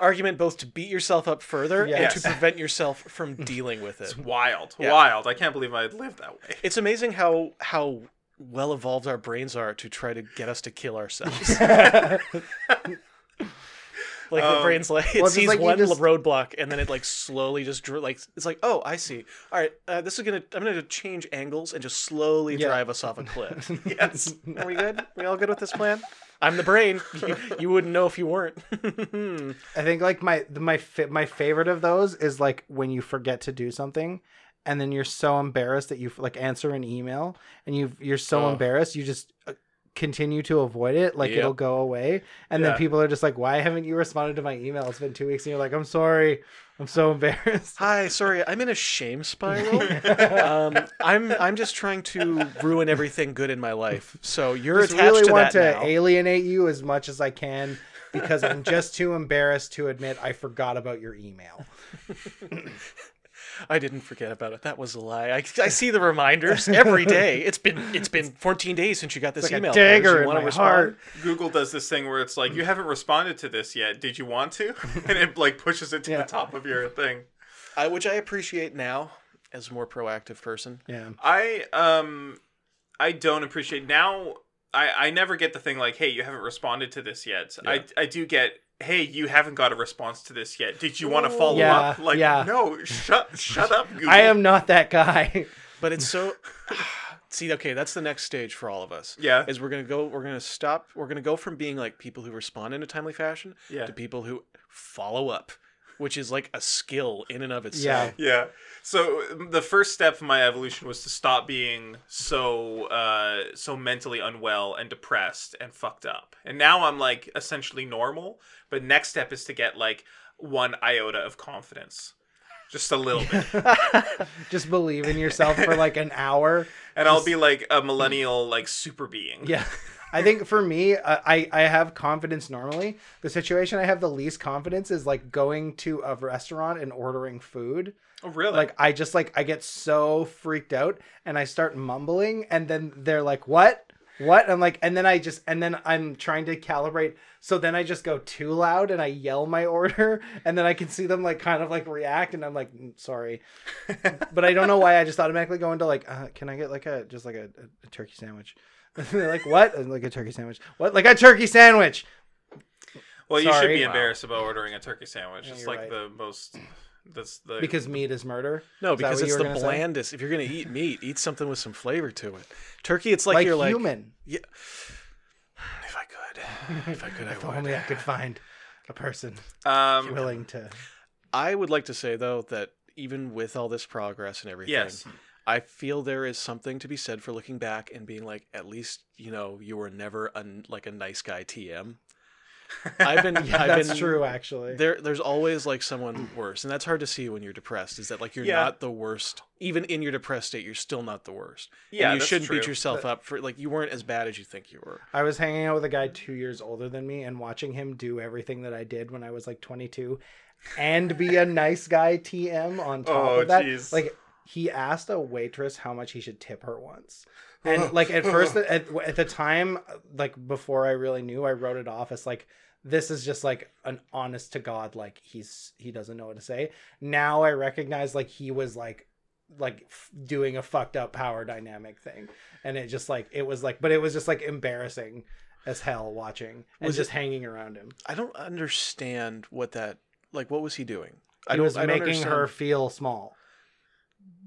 Speaker 2: argument both to beat yourself up further
Speaker 3: Yes.
Speaker 2: and to prevent yourself from dealing with it
Speaker 1: is wild,
Speaker 2: Yeah.
Speaker 1: wild. I can't believe I lived that way.
Speaker 2: it's amazing how how well evolved our brains are to try to get us to kill ourselves like the
Speaker 1: Um,
Speaker 2: brain's like it
Speaker 3: well, just
Speaker 2: sees
Speaker 3: like you
Speaker 2: one
Speaker 3: just-
Speaker 2: roadblock and then it like slowly just drew like it's like oh i see all right uh, this is gonna i'm gonna change angles and just slowly
Speaker 3: Yeah.
Speaker 2: drive us off a cliff
Speaker 1: Yes.
Speaker 2: are we good we all good with this plan i'm the brain you, you wouldn't know if you weren't
Speaker 3: I think like my the- my fa- my favorite of those is like when you forget to do something, and then you're so embarrassed that you like answer an email, and you you're so
Speaker 2: Oh.
Speaker 3: embarrassed you just uh, continue to avoid it, like
Speaker 2: Yep.
Speaker 3: it'll go away, and then
Speaker 1: Yeah.
Speaker 3: people are just like, "Why haven't you responded to my email? It's been two weeks," and you're like, "I'm sorry, I'm so embarrassed."
Speaker 2: Hi, sorry, I'm in a shame spiral. um, I'm I'm just trying to ruin everything good in my life. So you're
Speaker 3: just
Speaker 2: attached
Speaker 3: really
Speaker 2: to
Speaker 3: want
Speaker 2: that
Speaker 3: to
Speaker 2: now.
Speaker 3: alienate you as much as I can because I'm just too embarrassed to admit I forgot about your email.
Speaker 2: I didn't forget about it. That was a lie. I, I see the reminders every day. It's been it's been 14 days since you got this
Speaker 3: Like
Speaker 2: email.
Speaker 3: a
Speaker 2: Claire. Do
Speaker 3: dagger
Speaker 2: you
Speaker 3: in
Speaker 2: wanna
Speaker 3: my
Speaker 2: respond?
Speaker 3: heart.
Speaker 1: Google does this thing where it's like, you haven't responded to this yet. Did you want to? And it like pushes it to
Speaker 3: Yeah.
Speaker 1: the top of your thing.
Speaker 2: I, which I appreciate now as a more proactive person.
Speaker 3: Yeah.
Speaker 1: I um I don't appreciate now I I never get the thing like, hey, you haven't responded to this yet.
Speaker 2: Yeah.
Speaker 1: I I do get Hey, you haven't got a response to this yet. Did you want to follow
Speaker 3: Yeah,
Speaker 1: up? Like,
Speaker 3: yeah.
Speaker 1: no, shut, shut up. Google.
Speaker 3: I am not that guy.
Speaker 2: But it's so See, okay, that's the next stage for all of us.
Speaker 1: Yeah.
Speaker 2: Is we're going to go we're going to stop we're going to go from being like people who respond in a timely fashion
Speaker 1: Yeah.
Speaker 2: to people who follow up, which is like a skill in and of
Speaker 3: Yeah.
Speaker 2: itself.
Speaker 1: Yeah. So um, the first step in my evolution was to stop being so uh so mentally unwell and depressed and fucked up. And now I'm like essentially normal, but next step is to get like one iota of confidence. Just a little bit.
Speaker 3: Just believe in yourself for like an hour.
Speaker 1: And I'll be like a millennial like super being.
Speaker 3: Yeah. I think for me, uh, I I have confidence normally. The situation I have the least confidence is like going to a restaurant and ordering food.
Speaker 1: Oh, really?
Speaker 3: Like I just like I get so freaked out and I start mumbling and then they're like, "What? What?" I'm like, and then I just and then I'm trying to calibrate. So then I just go too loud and I yell my order and then I can see them like kind of like react and I'm like, "Mm, "Sorry." but I don't know why I just automatically go into like, uh, "Can I get like a just like a, a, a turkey sandwich?" they're like, "What?" I'm like a turkey sandwich. "What? Like a turkey sandwich."
Speaker 1: well, you should
Speaker 3: sorry.
Speaker 1: be
Speaker 3: Wow.
Speaker 1: embarrassed about ordering a turkey sandwich.
Speaker 3: Yeah,
Speaker 1: it's
Speaker 3: you're
Speaker 1: like
Speaker 3: right.
Speaker 1: the most that's the
Speaker 3: Because meat is murder.
Speaker 2: No,
Speaker 3: Is that
Speaker 2: because
Speaker 3: what
Speaker 2: it's
Speaker 3: you
Speaker 2: the
Speaker 3: were gonna say?
Speaker 2: blandest. If you're going to eat meat, eat something with some flavor to it. Turkey, it's like,
Speaker 3: Like,
Speaker 2: you're like
Speaker 3: human.
Speaker 2: if I could, if I could, I
Speaker 3: If
Speaker 2: would.
Speaker 3: only I could find a person
Speaker 1: um
Speaker 3: willing to
Speaker 2: I would like to say though that even with all this progress and everything,
Speaker 1: yes.
Speaker 2: I feel there is something to be said for looking back and being like, at least you know you were never a, like a nice guy TM. I've been, I've
Speaker 3: that's
Speaker 2: been,
Speaker 3: true actually
Speaker 2: There, there's always like someone worse, and that's hard to see when you're depressed. Is that like you're
Speaker 1: Yeah.
Speaker 2: not the worst, even in your depressed state, you're still not the worst.
Speaker 1: Yeah,
Speaker 2: and you
Speaker 1: that's
Speaker 2: shouldn't beat
Speaker 1: true.
Speaker 2: yourself up for like you weren't as bad as you think you were.
Speaker 3: i was hanging out with a guy two years older than me and watching him do everything that i did when i was like 22 and be a nice guy tm on top
Speaker 1: Oh,
Speaker 3: of that
Speaker 1: jeez.
Speaker 3: like he asked a waitress how much he should tip her once and like at first at, at the time like before i really knew i wrote it off as like this is just like an honest to god like he's he doesn't know what to say now i recognize like he was like like f- doing a fucked up power dynamic thing and it just like it was like but it was just like embarrassing as hell watching and
Speaker 2: Was
Speaker 3: just hanging around him
Speaker 2: I don't understand what that like. What was he doing? I
Speaker 3: he
Speaker 2: don't,
Speaker 3: was
Speaker 2: I don't
Speaker 3: making her
Speaker 2: understand
Speaker 3: feel small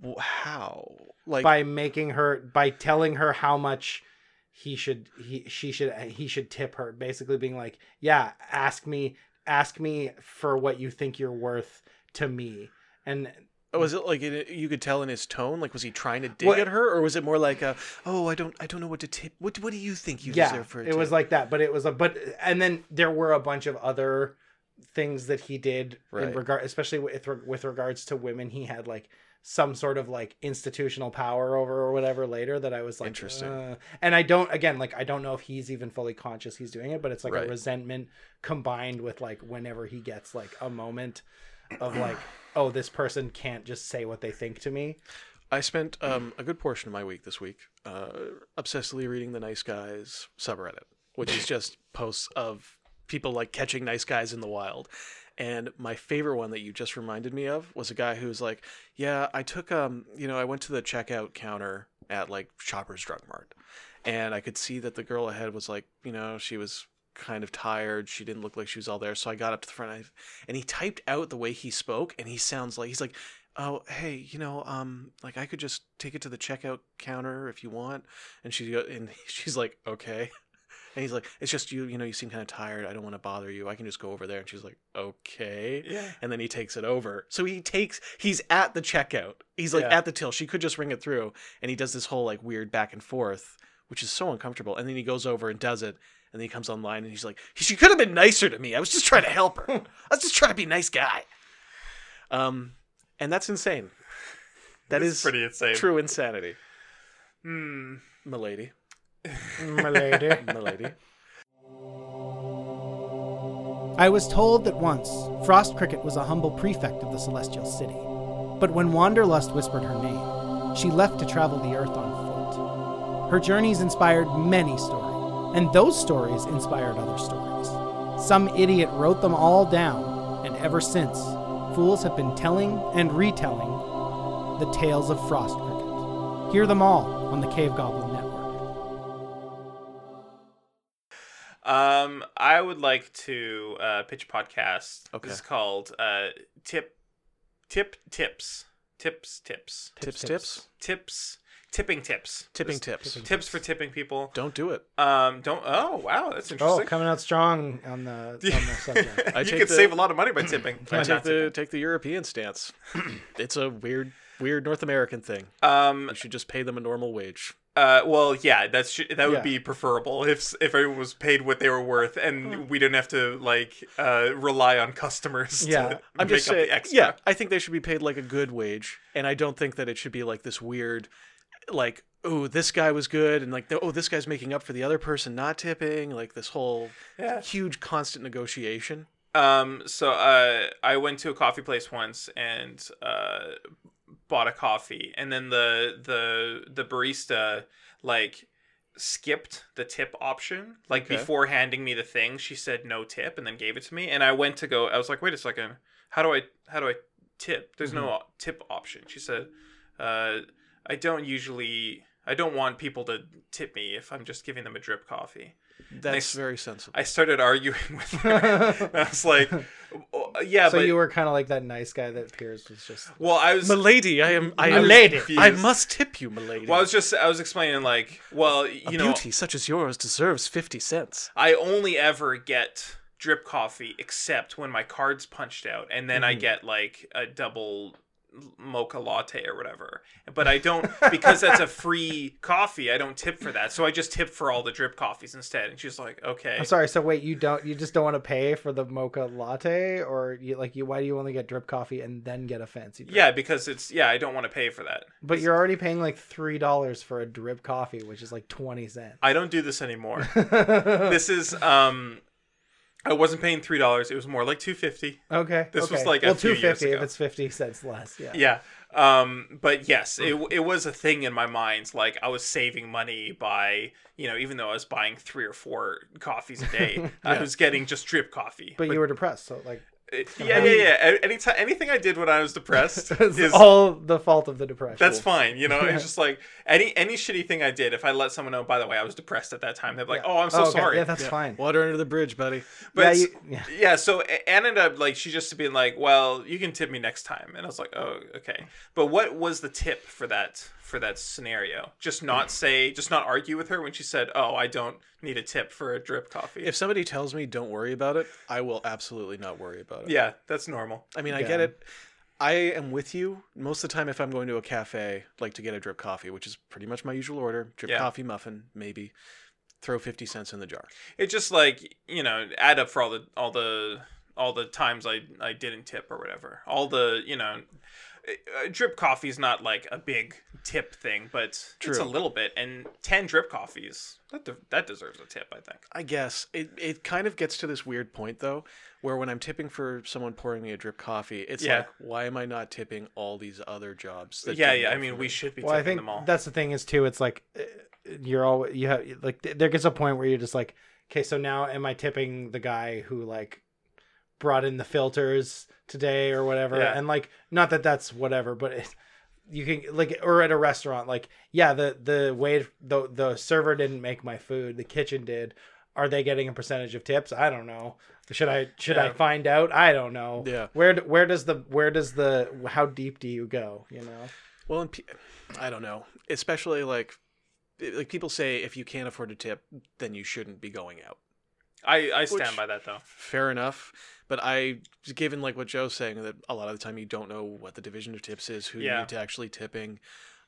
Speaker 2: w- how like
Speaker 3: by making her by telling her how much he should he she should he should tip her basically being like yeah ask me ask me for what you think you're worth to me and
Speaker 2: was Oh, it like in, you could tell in his tone? Like was he trying to dig
Speaker 3: Well-
Speaker 2: at her, or was it more like a oh I don't I don't know what to tip. What what do you think you
Speaker 3: yeah
Speaker 2: deserve for a
Speaker 3: it was like that but it was a but and then there were a bunch of other things that he did in
Speaker 2: Right.
Speaker 3: regard especially with with regards to women he had like some sort of like institutional power over or whatever later that i was like
Speaker 2: Interesting.
Speaker 3: uh, and i don't again like i don't know if he's even fully conscious he's doing it but it's like
Speaker 2: Right.
Speaker 3: a resentment combined with like whenever he gets like a moment of like oh this person can't just say what they think to me
Speaker 2: I spent um, a good portion of my week this week uh, obsessively reading the Nice Guys subreddit, which is just posts of people like catching nice guys in the wild. And my favorite one that you just reminded me of was a guy who was like, "Yeah, I took um, you know, I went to the checkout counter at like Shoppers Drug Mart, and I could see that the girl ahead was like, you know, she was." kind of tired she didn't look like she was all there so i got up to the front I- and he typed out the way he spoke and he sounds like he's like oh hey you know um like i could just take it to the checkout counter if you want and she go- and she's like okay and he's like it's just you you know you seem kind of tired i don't want to bother you i can just go over there and she's like okay
Speaker 1: Yeah.
Speaker 2: and then he takes it over so he takes he's at the checkout he's like
Speaker 3: Yeah.
Speaker 2: at the till she could just ring it through and he does this whole like weird back and forth which is so uncomfortable and then he goes over and does it and then he comes online and he's like she could have been nicer to me i was just trying to help her i was just trying to be a nice guy um and that's insane that
Speaker 1: It's
Speaker 2: is
Speaker 1: pretty insane.
Speaker 2: true insanity
Speaker 1: Hmm.
Speaker 2: milady
Speaker 3: My lady.
Speaker 2: milady
Speaker 4: I was told that once Frost Cricket was a humble prefect of the Celestial City, but when Wanderlust whispered her name, she left to travel the earth on foot. Her journeys inspired many stories, and those stories inspired other stories. Some idiot wrote them all down, and ever since, fools have been telling and retelling the tales of Frost Cricket. Hear them all on the Cave Goblin Network.
Speaker 1: Um, I would like to uh, pitch a podcast.
Speaker 2: Okay.
Speaker 1: This is called uh, Tip Tip Tips. Tips Tips.
Speaker 2: tips tips,
Speaker 1: Tips Tipping Tips.
Speaker 2: tipping
Speaker 1: This-
Speaker 2: tips
Speaker 1: Tips for tipping people.
Speaker 2: don't do it
Speaker 1: Um, don't. Oh, wow, that's interesting.
Speaker 3: Oh, coming out strong on the, on the subject.
Speaker 2: I
Speaker 1: you
Speaker 2: take
Speaker 1: could
Speaker 2: the-
Speaker 1: save a lot of money by tipping.
Speaker 2: I
Speaker 1: By
Speaker 2: take
Speaker 1: not
Speaker 2: the take the European stance. it's a weird weird North American thing.
Speaker 1: tipping. Um.
Speaker 2: You should just pay them a normal wage.
Speaker 1: Uh. Well, yeah. That's sh- that would
Speaker 3: Yeah.
Speaker 1: be preferable if s- if everyone was paid what they were worth, and we didn't have to like uh rely on customers.
Speaker 3: Yeah.
Speaker 1: To
Speaker 2: I'm
Speaker 1: make
Speaker 2: just
Speaker 1: up
Speaker 2: saying.
Speaker 1: the extra.
Speaker 2: Yeah, I think they should be paid like a good wage, and I don't think that it should be like this weird, like oh this guy was good, and like oh this guy's making up for the other person not tipping, like this whole
Speaker 1: Yeah.
Speaker 2: huge constant negotiation.
Speaker 1: Um, so uh, I went to a coffee place once and uh, bought a coffee, and then the the the barista like skipped the tip option like
Speaker 2: Okay.
Speaker 1: before handing me the thing she said no tip and then gave it to me and i went to go i was like wait a second how do i how do i tip there's no o- tip option she said uh, i don't usually i don't want people to tip me if i'm just giving them a drip coffee
Speaker 2: That's
Speaker 1: They-
Speaker 2: very sensible.
Speaker 1: I started arguing with her. I was like, "Oh, "Yeah,
Speaker 3: so
Speaker 1: but
Speaker 3: you were kind of like that nice guy that Piers was just.
Speaker 1: well, I was."
Speaker 2: milady, I am. I am.
Speaker 3: Milady.
Speaker 2: I
Speaker 1: confused.
Speaker 2: must tip you, milady.
Speaker 1: Well, I was just I was explaining like, well,
Speaker 2: a
Speaker 1: you know,
Speaker 2: beauty such as yours deserves fifty cents.
Speaker 1: I only ever get drip coffee except when my card's punched out, and then
Speaker 3: Mm-hmm.
Speaker 1: I get like a double mocha latte or whatever. But I don't because that's a free coffee. I don't tip for that, so I just tip for all the drip coffees instead. And she's like, "Okay."
Speaker 3: I'm sorry. So wait, you don't, you just don't want to pay for the mocha latte, or you like you? Why do you only get drip coffee and then get a fancy? Drip?
Speaker 1: Yeah, because it's yeah, I don't want to pay for that.
Speaker 3: but you're already paying like three dollars for a drip coffee, which is like twenty cents.
Speaker 1: I don't do this anymore. this is um I wasn't paying three dollars. It was more like two fifty.
Speaker 3: Okay.
Speaker 1: This was
Speaker 3: okay.
Speaker 1: like a
Speaker 3: well,
Speaker 1: few years
Speaker 3: if
Speaker 1: ago.
Speaker 3: it's fifty cents less. Yeah.
Speaker 1: Yeah. Um. But yes, it it was a thing in my mind. Like I was saving money by you know even though I was buying three or four coffees a day, I was getting just drip coffee.
Speaker 3: But you were depressed, so like
Speaker 1: It- yeah, yeah, yeah. Anytime anything I did when I was depressed
Speaker 3: it's
Speaker 1: is
Speaker 3: all the fault of the depression.
Speaker 1: That's fine, you know. It's just like any any shitty thing I did. If I let someone know, by the way, I was depressed at that time, they'd be like, "Oh, I'm so
Speaker 3: okay.
Speaker 1: sorry."
Speaker 3: Yeah, that's fine.
Speaker 2: Water under the bridge, buddy.
Speaker 1: But
Speaker 3: Yeah,
Speaker 1: yeah,
Speaker 3: you- yeah.
Speaker 1: so A- Anna ended up like she just being like, "Well, you can tip me next time," and I was like, "Oh, okay." But what was the tip for that for that scenario? Just
Speaker 2: Mm.
Speaker 1: not say, just not argue with her when she said, "Oh, I don't need a tip for a drip coffee."
Speaker 2: If somebody tells me don't worry about it, I will absolutely not worry about it.
Speaker 1: yeah, that's normal.
Speaker 2: I mean, I get it. I am with you most of the time if I'm going to a cafe, like to get a drip coffee, which is pretty much my usual order. Drip
Speaker 1: Yeah.
Speaker 2: coffee muffin, maybe. Throw fifty cents in the jar.
Speaker 1: It just like you know add up for all the all the all the times I I didn't tip or whatever. All the you know. uh, drip coffee's not like a big tip thing, but it's
Speaker 2: True.
Speaker 1: a little bit. And ten drip coffees that de- that deserves a tip, I think.
Speaker 2: I guess it it kind of gets to this weird point though, where when I'm tipping for someone pouring me a drip coffee, it's
Speaker 1: Yeah.
Speaker 2: like, why am I not tipping all these other jobs? that
Speaker 1: yeah,
Speaker 2: do
Speaker 1: yeah. I
Speaker 2: more
Speaker 1: mean,
Speaker 2: for
Speaker 1: we
Speaker 2: me?
Speaker 1: should be
Speaker 3: well,
Speaker 1: tipping
Speaker 3: I think
Speaker 1: them all.
Speaker 3: that's the thing is too. It's like uh, you're all you have like th- there gets a point where you're just like, okay, so now am I tipping the guy who like brought in the filters today or whatever?
Speaker 1: Yeah.
Speaker 3: And like, not that that's whatever, but it, you can like, or at a restaurant, like, yeah, the the wait the the server didn't make my food, the kitchen did. Are they getting a percentage of tips? I don't know. Should I should I
Speaker 1: Yeah.
Speaker 3: find out? I don't know.
Speaker 2: Yeah.
Speaker 3: Where d- where does the where does the how deep do you go? You know.
Speaker 2: Well, and pe- I don't know, especially like like people say if you can't afford to tip, then you shouldn't be going out.
Speaker 1: I I stand
Speaker 2: Which-
Speaker 1: by that though.
Speaker 2: Fair enough, but I given like what Joe's saying that a lot of the time you don't know what the division of tips is, who
Speaker 1: Yeah.
Speaker 2: you're to actually tipping.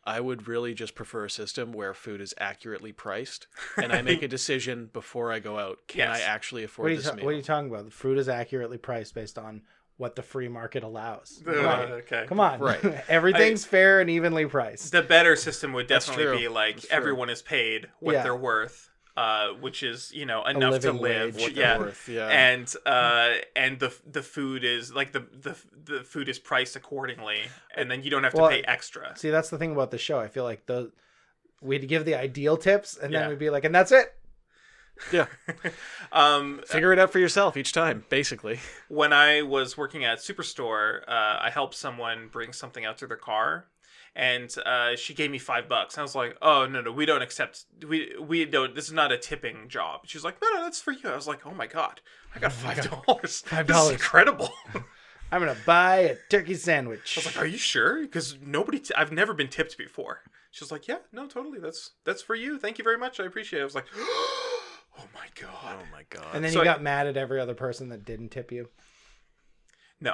Speaker 2: I would really just prefer a system where food is accurately priced, and I make a decision before I go out. Can I
Speaker 1: Yes.
Speaker 2: actually afford
Speaker 3: What are, you
Speaker 2: this
Speaker 3: ta-
Speaker 2: meal?
Speaker 3: what are you talking about? The fruit is accurately priced based on what the free market allows.
Speaker 1: Uh,
Speaker 3: Right.
Speaker 1: okay.
Speaker 3: Come on.
Speaker 2: Right.
Speaker 3: Everything's fair and evenly priced.
Speaker 1: The better system would
Speaker 2: That's
Speaker 1: definitely
Speaker 2: true.
Speaker 1: be like
Speaker 2: That's true.
Speaker 1: everyone is paid what
Speaker 3: Yeah.
Speaker 1: they're worth, uh, which is you know enough to
Speaker 3: living
Speaker 1: live.
Speaker 3: wage. What
Speaker 2: they're
Speaker 1: yeah.
Speaker 2: worth, yeah.
Speaker 1: And uh, and the the food is like the the the food is priced accordingly, and then you don't have to
Speaker 3: Well,
Speaker 1: pay extra.
Speaker 3: See, that's the thing about the show. I feel like the we'd give the ideal tips and
Speaker 1: Yeah.
Speaker 3: then we'd be like, and that's it.
Speaker 2: yeah,
Speaker 1: Um,
Speaker 2: figure it out for yourself each time, basically.
Speaker 1: when I was working at Superstore, uh, I helped someone bring something out to their car, and uh, she gave me five bucks. I was like, "Oh no, no, we don't accept. We we don't. This is not a tipping job." She was like, "No, no, that's for you." I was like, "Oh my god, I got five dollars. Five
Speaker 3: $5.
Speaker 1: incredible." I
Speaker 3: I'm gonna buy a turkey sandwich.
Speaker 1: was like, "Are you sure?" Because nobody, i I've never been tipped before. She was like, "Yeah, no, totally. That's that's for you. Thank you very much. I appreciate it." I was like, "Oh my god,
Speaker 2: my god.
Speaker 3: and then
Speaker 1: so
Speaker 3: you
Speaker 1: I-
Speaker 3: got mad at every other person that didn't tip you.
Speaker 1: no,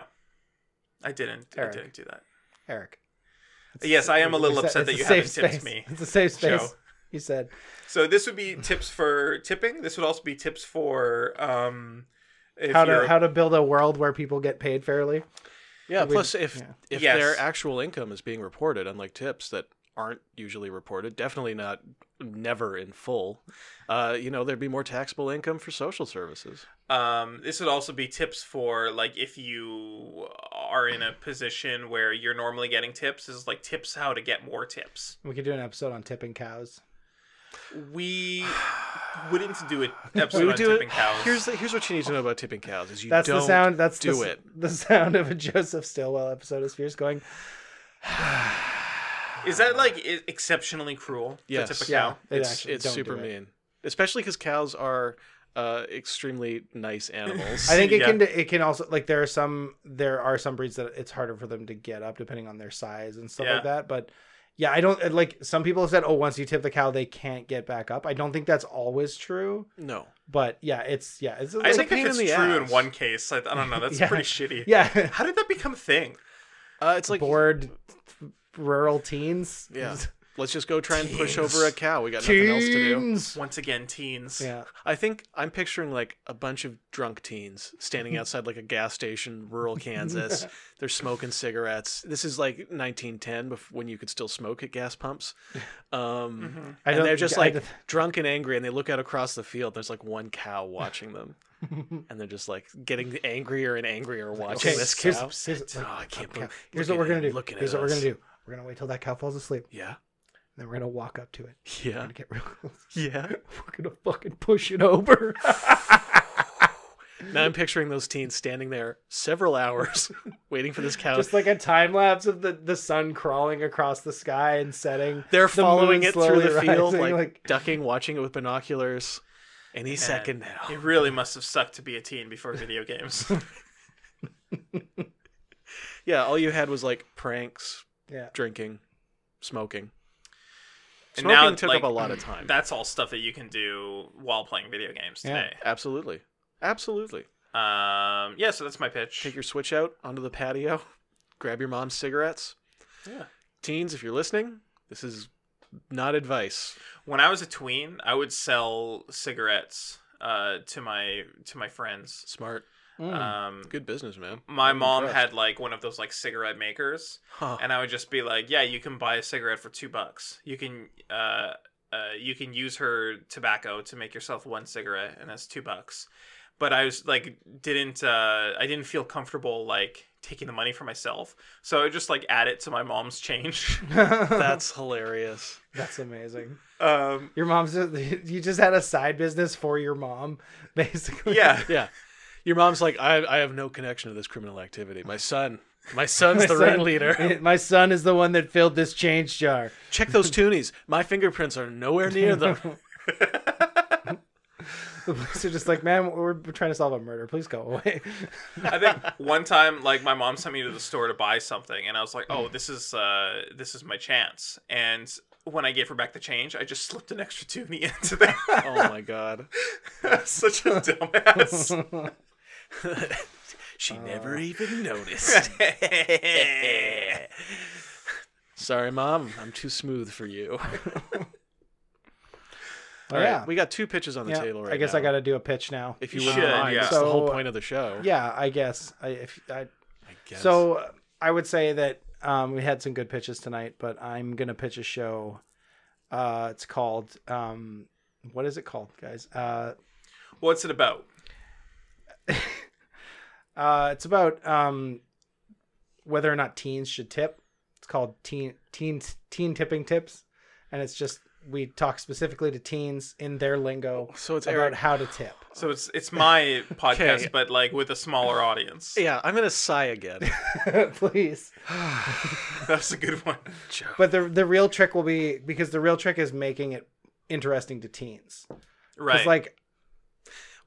Speaker 1: I didn't.
Speaker 3: Eric.
Speaker 1: I didn't do that."
Speaker 3: Eric.
Speaker 1: Yes, I am a little
Speaker 3: It's
Speaker 1: upset that
Speaker 3: it's
Speaker 1: you
Speaker 3: a safe
Speaker 1: haven't tipped me.
Speaker 3: space. It's a safe space.
Speaker 1: Joe.
Speaker 3: You said.
Speaker 1: So this would be tips for tipping. This would also be tips for um, if
Speaker 3: How
Speaker 1: you're-
Speaker 3: to how to build a world where people get paid fairly.
Speaker 2: Yeah.
Speaker 3: We-
Speaker 2: plus, if
Speaker 3: yeah.
Speaker 2: if
Speaker 1: Yes.
Speaker 2: their actual income is being reported, unlike tips that aren't usually reported, definitely not, never in full. Uh, you know, there'd be more taxable income for social services.
Speaker 1: um, this would also be tips for like if you are in a position where you're normally getting tips is like tips how to get more tips.
Speaker 3: We could do an episode on tipping cows.
Speaker 1: We wouldn't do an episode
Speaker 2: We
Speaker 1: on
Speaker 2: would do
Speaker 1: tipping
Speaker 2: it.
Speaker 1: cows.
Speaker 2: Here's the, here's what you need to know about tipping cows: is you
Speaker 3: That's
Speaker 2: don't
Speaker 3: the sound. That's
Speaker 2: do
Speaker 3: the, s-
Speaker 2: it.
Speaker 3: The sound of a Joseph Stillwell episode is fierce going.
Speaker 1: Is that like i- exceptionally cruel? to
Speaker 2: Yes.
Speaker 1: tip a
Speaker 3: Yeah,
Speaker 1: cow?
Speaker 3: it
Speaker 2: It's
Speaker 3: actually-
Speaker 2: it's
Speaker 3: don't
Speaker 2: super
Speaker 3: do it.
Speaker 2: mean, especially because cows are uh, extremely nice animals.
Speaker 3: I think it
Speaker 1: Yeah.
Speaker 3: can. It can also like there are some there are some breeds that it's harder for them to get up depending on their size and stuff
Speaker 1: Yeah.
Speaker 3: like that. But yeah, I don't like some people have said, oh, once you tip the cow, they can't get back up. I don't think that's always true.
Speaker 2: no.
Speaker 3: But yeah, it's yeah, it's
Speaker 1: I
Speaker 3: like,
Speaker 1: think
Speaker 2: pain
Speaker 1: if
Speaker 2: in
Speaker 1: it's true
Speaker 2: the
Speaker 1: in
Speaker 2: ass.
Speaker 1: one case, I, I don't know. That's
Speaker 3: Yeah.
Speaker 1: pretty shitty.
Speaker 3: yeah,
Speaker 1: How did that become a thing?
Speaker 2: Uh, it's like
Speaker 3: bored rural teens.
Speaker 2: yeah. Let's just go try and push over a cow. We got nothing else to do.
Speaker 3: teens.
Speaker 1: Once again, teens.
Speaker 3: Yeah,
Speaker 2: I think I'm picturing like a bunch of drunk teens standing outside like a gas station, rural Kansas. They're smoking cigarettes. This is like 1910, bef- when you could still smoke at gas pumps. Um,
Speaker 3: Mm-hmm. I
Speaker 2: And
Speaker 3: don't-
Speaker 2: they're just
Speaker 3: I
Speaker 2: like
Speaker 3: don't-
Speaker 2: drunk and angry, and they look out across the field. There's like one cow watching them, and they're just like getting angrier and angrier watching
Speaker 3: okay,
Speaker 2: this
Speaker 3: here's-
Speaker 2: cow.
Speaker 3: here's-
Speaker 2: oh, I can't believe.
Speaker 3: here's
Speaker 2: look
Speaker 3: what we're
Speaker 2: at
Speaker 3: gonna
Speaker 2: him
Speaker 3: do.
Speaker 2: Looking at
Speaker 3: Here's what we're
Speaker 2: us.
Speaker 3: gonna do. We're gonna wait till that cow falls asleep,
Speaker 2: Yeah,
Speaker 3: then we're gonna walk up to it.
Speaker 2: yeah,
Speaker 3: Get real close.
Speaker 2: yeah.
Speaker 3: We're gonna fucking push it over.
Speaker 2: Now I'm picturing those teens standing there several hours, waiting for this cow.
Speaker 3: Just like a time lapse of the, the sun crawling across the sky and setting.
Speaker 2: They're
Speaker 3: the
Speaker 2: following
Speaker 3: moon
Speaker 2: it through the
Speaker 3: slowly
Speaker 2: field,
Speaker 3: rising,
Speaker 2: like, ducking, watching it with binoculars. Any second now.
Speaker 1: It really must have sucked to be a teen before video games.
Speaker 2: Yeah, all you had was like pranks,
Speaker 3: yeah.
Speaker 2: drinking, smoking.
Speaker 1: And
Speaker 2: Smoking
Speaker 1: now,
Speaker 2: took
Speaker 1: like,
Speaker 2: up a lot of time.
Speaker 1: That's all stuff that you can do while playing video games
Speaker 3: Yeah.
Speaker 1: today.
Speaker 2: Absolutely. Absolutely.
Speaker 1: Yeah, um, yeah so that's my pitch.
Speaker 2: Take your switch out onto the patio, grab your mom's cigarettes.
Speaker 1: Yeah.
Speaker 2: Teens, if you're listening, this is not advice.
Speaker 1: when I was a tween, I would sell cigarettes uh, to my to my friends.
Speaker 2: Smart.
Speaker 3: Uh,
Speaker 1: Um,
Speaker 2: Good business, man.
Speaker 1: my
Speaker 2: I'm
Speaker 1: mom
Speaker 2: impressed.
Speaker 1: had like one of those like cigarette makers,
Speaker 2: Huh.
Speaker 1: and I would just be like, "Yeah, you can buy a cigarette for two bucks. You can, uh, uh, you can use her tobacco to make yourself one cigarette, and that's two bucks." But I was like, didn't uh, I didn't feel comfortable like taking the money for myself, so I would just like add it to my mom's change.
Speaker 2: That's hilarious.
Speaker 3: That's amazing.
Speaker 1: um,
Speaker 3: Your mom's just, you just had a side business for your mom, basically.
Speaker 1: yeah,
Speaker 2: Yeah. Your mom's like, I, I have no connection to this criminal activity. My son, my son's the ringleader.
Speaker 3: My son is the one that filled this change jar.
Speaker 2: Check those toonies. My fingerprints are nowhere near them.
Speaker 3: The police are just like, man, we're trying to solve a murder. Please go away.
Speaker 1: I think one time, like my mom sent me to the store to buy something, and I was like, "Oh, this is uh, this is my chance." And when I gave her back the change, I just slipped an extra toonie into there.
Speaker 2: Oh my god.
Speaker 1: Such a dumbass.
Speaker 2: She never
Speaker 3: Uh.
Speaker 2: even noticed. Sorry, mom. I'm too smooth for you. All right,
Speaker 3: yeah.
Speaker 2: we got two pitches on the
Speaker 3: Yeah,
Speaker 2: table right
Speaker 3: I guess I
Speaker 2: now.
Speaker 3: got to do a pitch now.
Speaker 2: If you
Speaker 1: You
Speaker 2: wouldn't
Speaker 1: should,
Speaker 2: mind,
Speaker 1: yeah.
Speaker 2: it's the whole
Speaker 3: So-
Speaker 2: point of the show.
Speaker 3: Yeah, I guess. I, if I,
Speaker 2: I guess.
Speaker 3: So uh, I would say that um, we had some good pitches tonight, but I'm gonna pitch a show. Uh, it's called um, what is it called, guys? Uh,
Speaker 1: What's it about?
Speaker 3: uh, it's about um, whether or not teens should tip. It's called teen teen teen tipping tips, and it's just we talk specifically to teens in their lingo
Speaker 2: Oh, So it's
Speaker 3: about
Speaker 2: Eric.
Speaker 3: how to tip.
Speaker 1: So it's it's my podcast,
Speaker 2: Okay.
Speaker 1: but like with a smaller audience.
Speaker 2: Yeah, I'm gonna sigh again.
Speaker 3: Please.
Speaker 1: That's a good one.
Speaker 3: But the the real trick will be because the real trick is making it interesting to teens. 'Cause,
Speaker 1: Right.
Speaker 3: like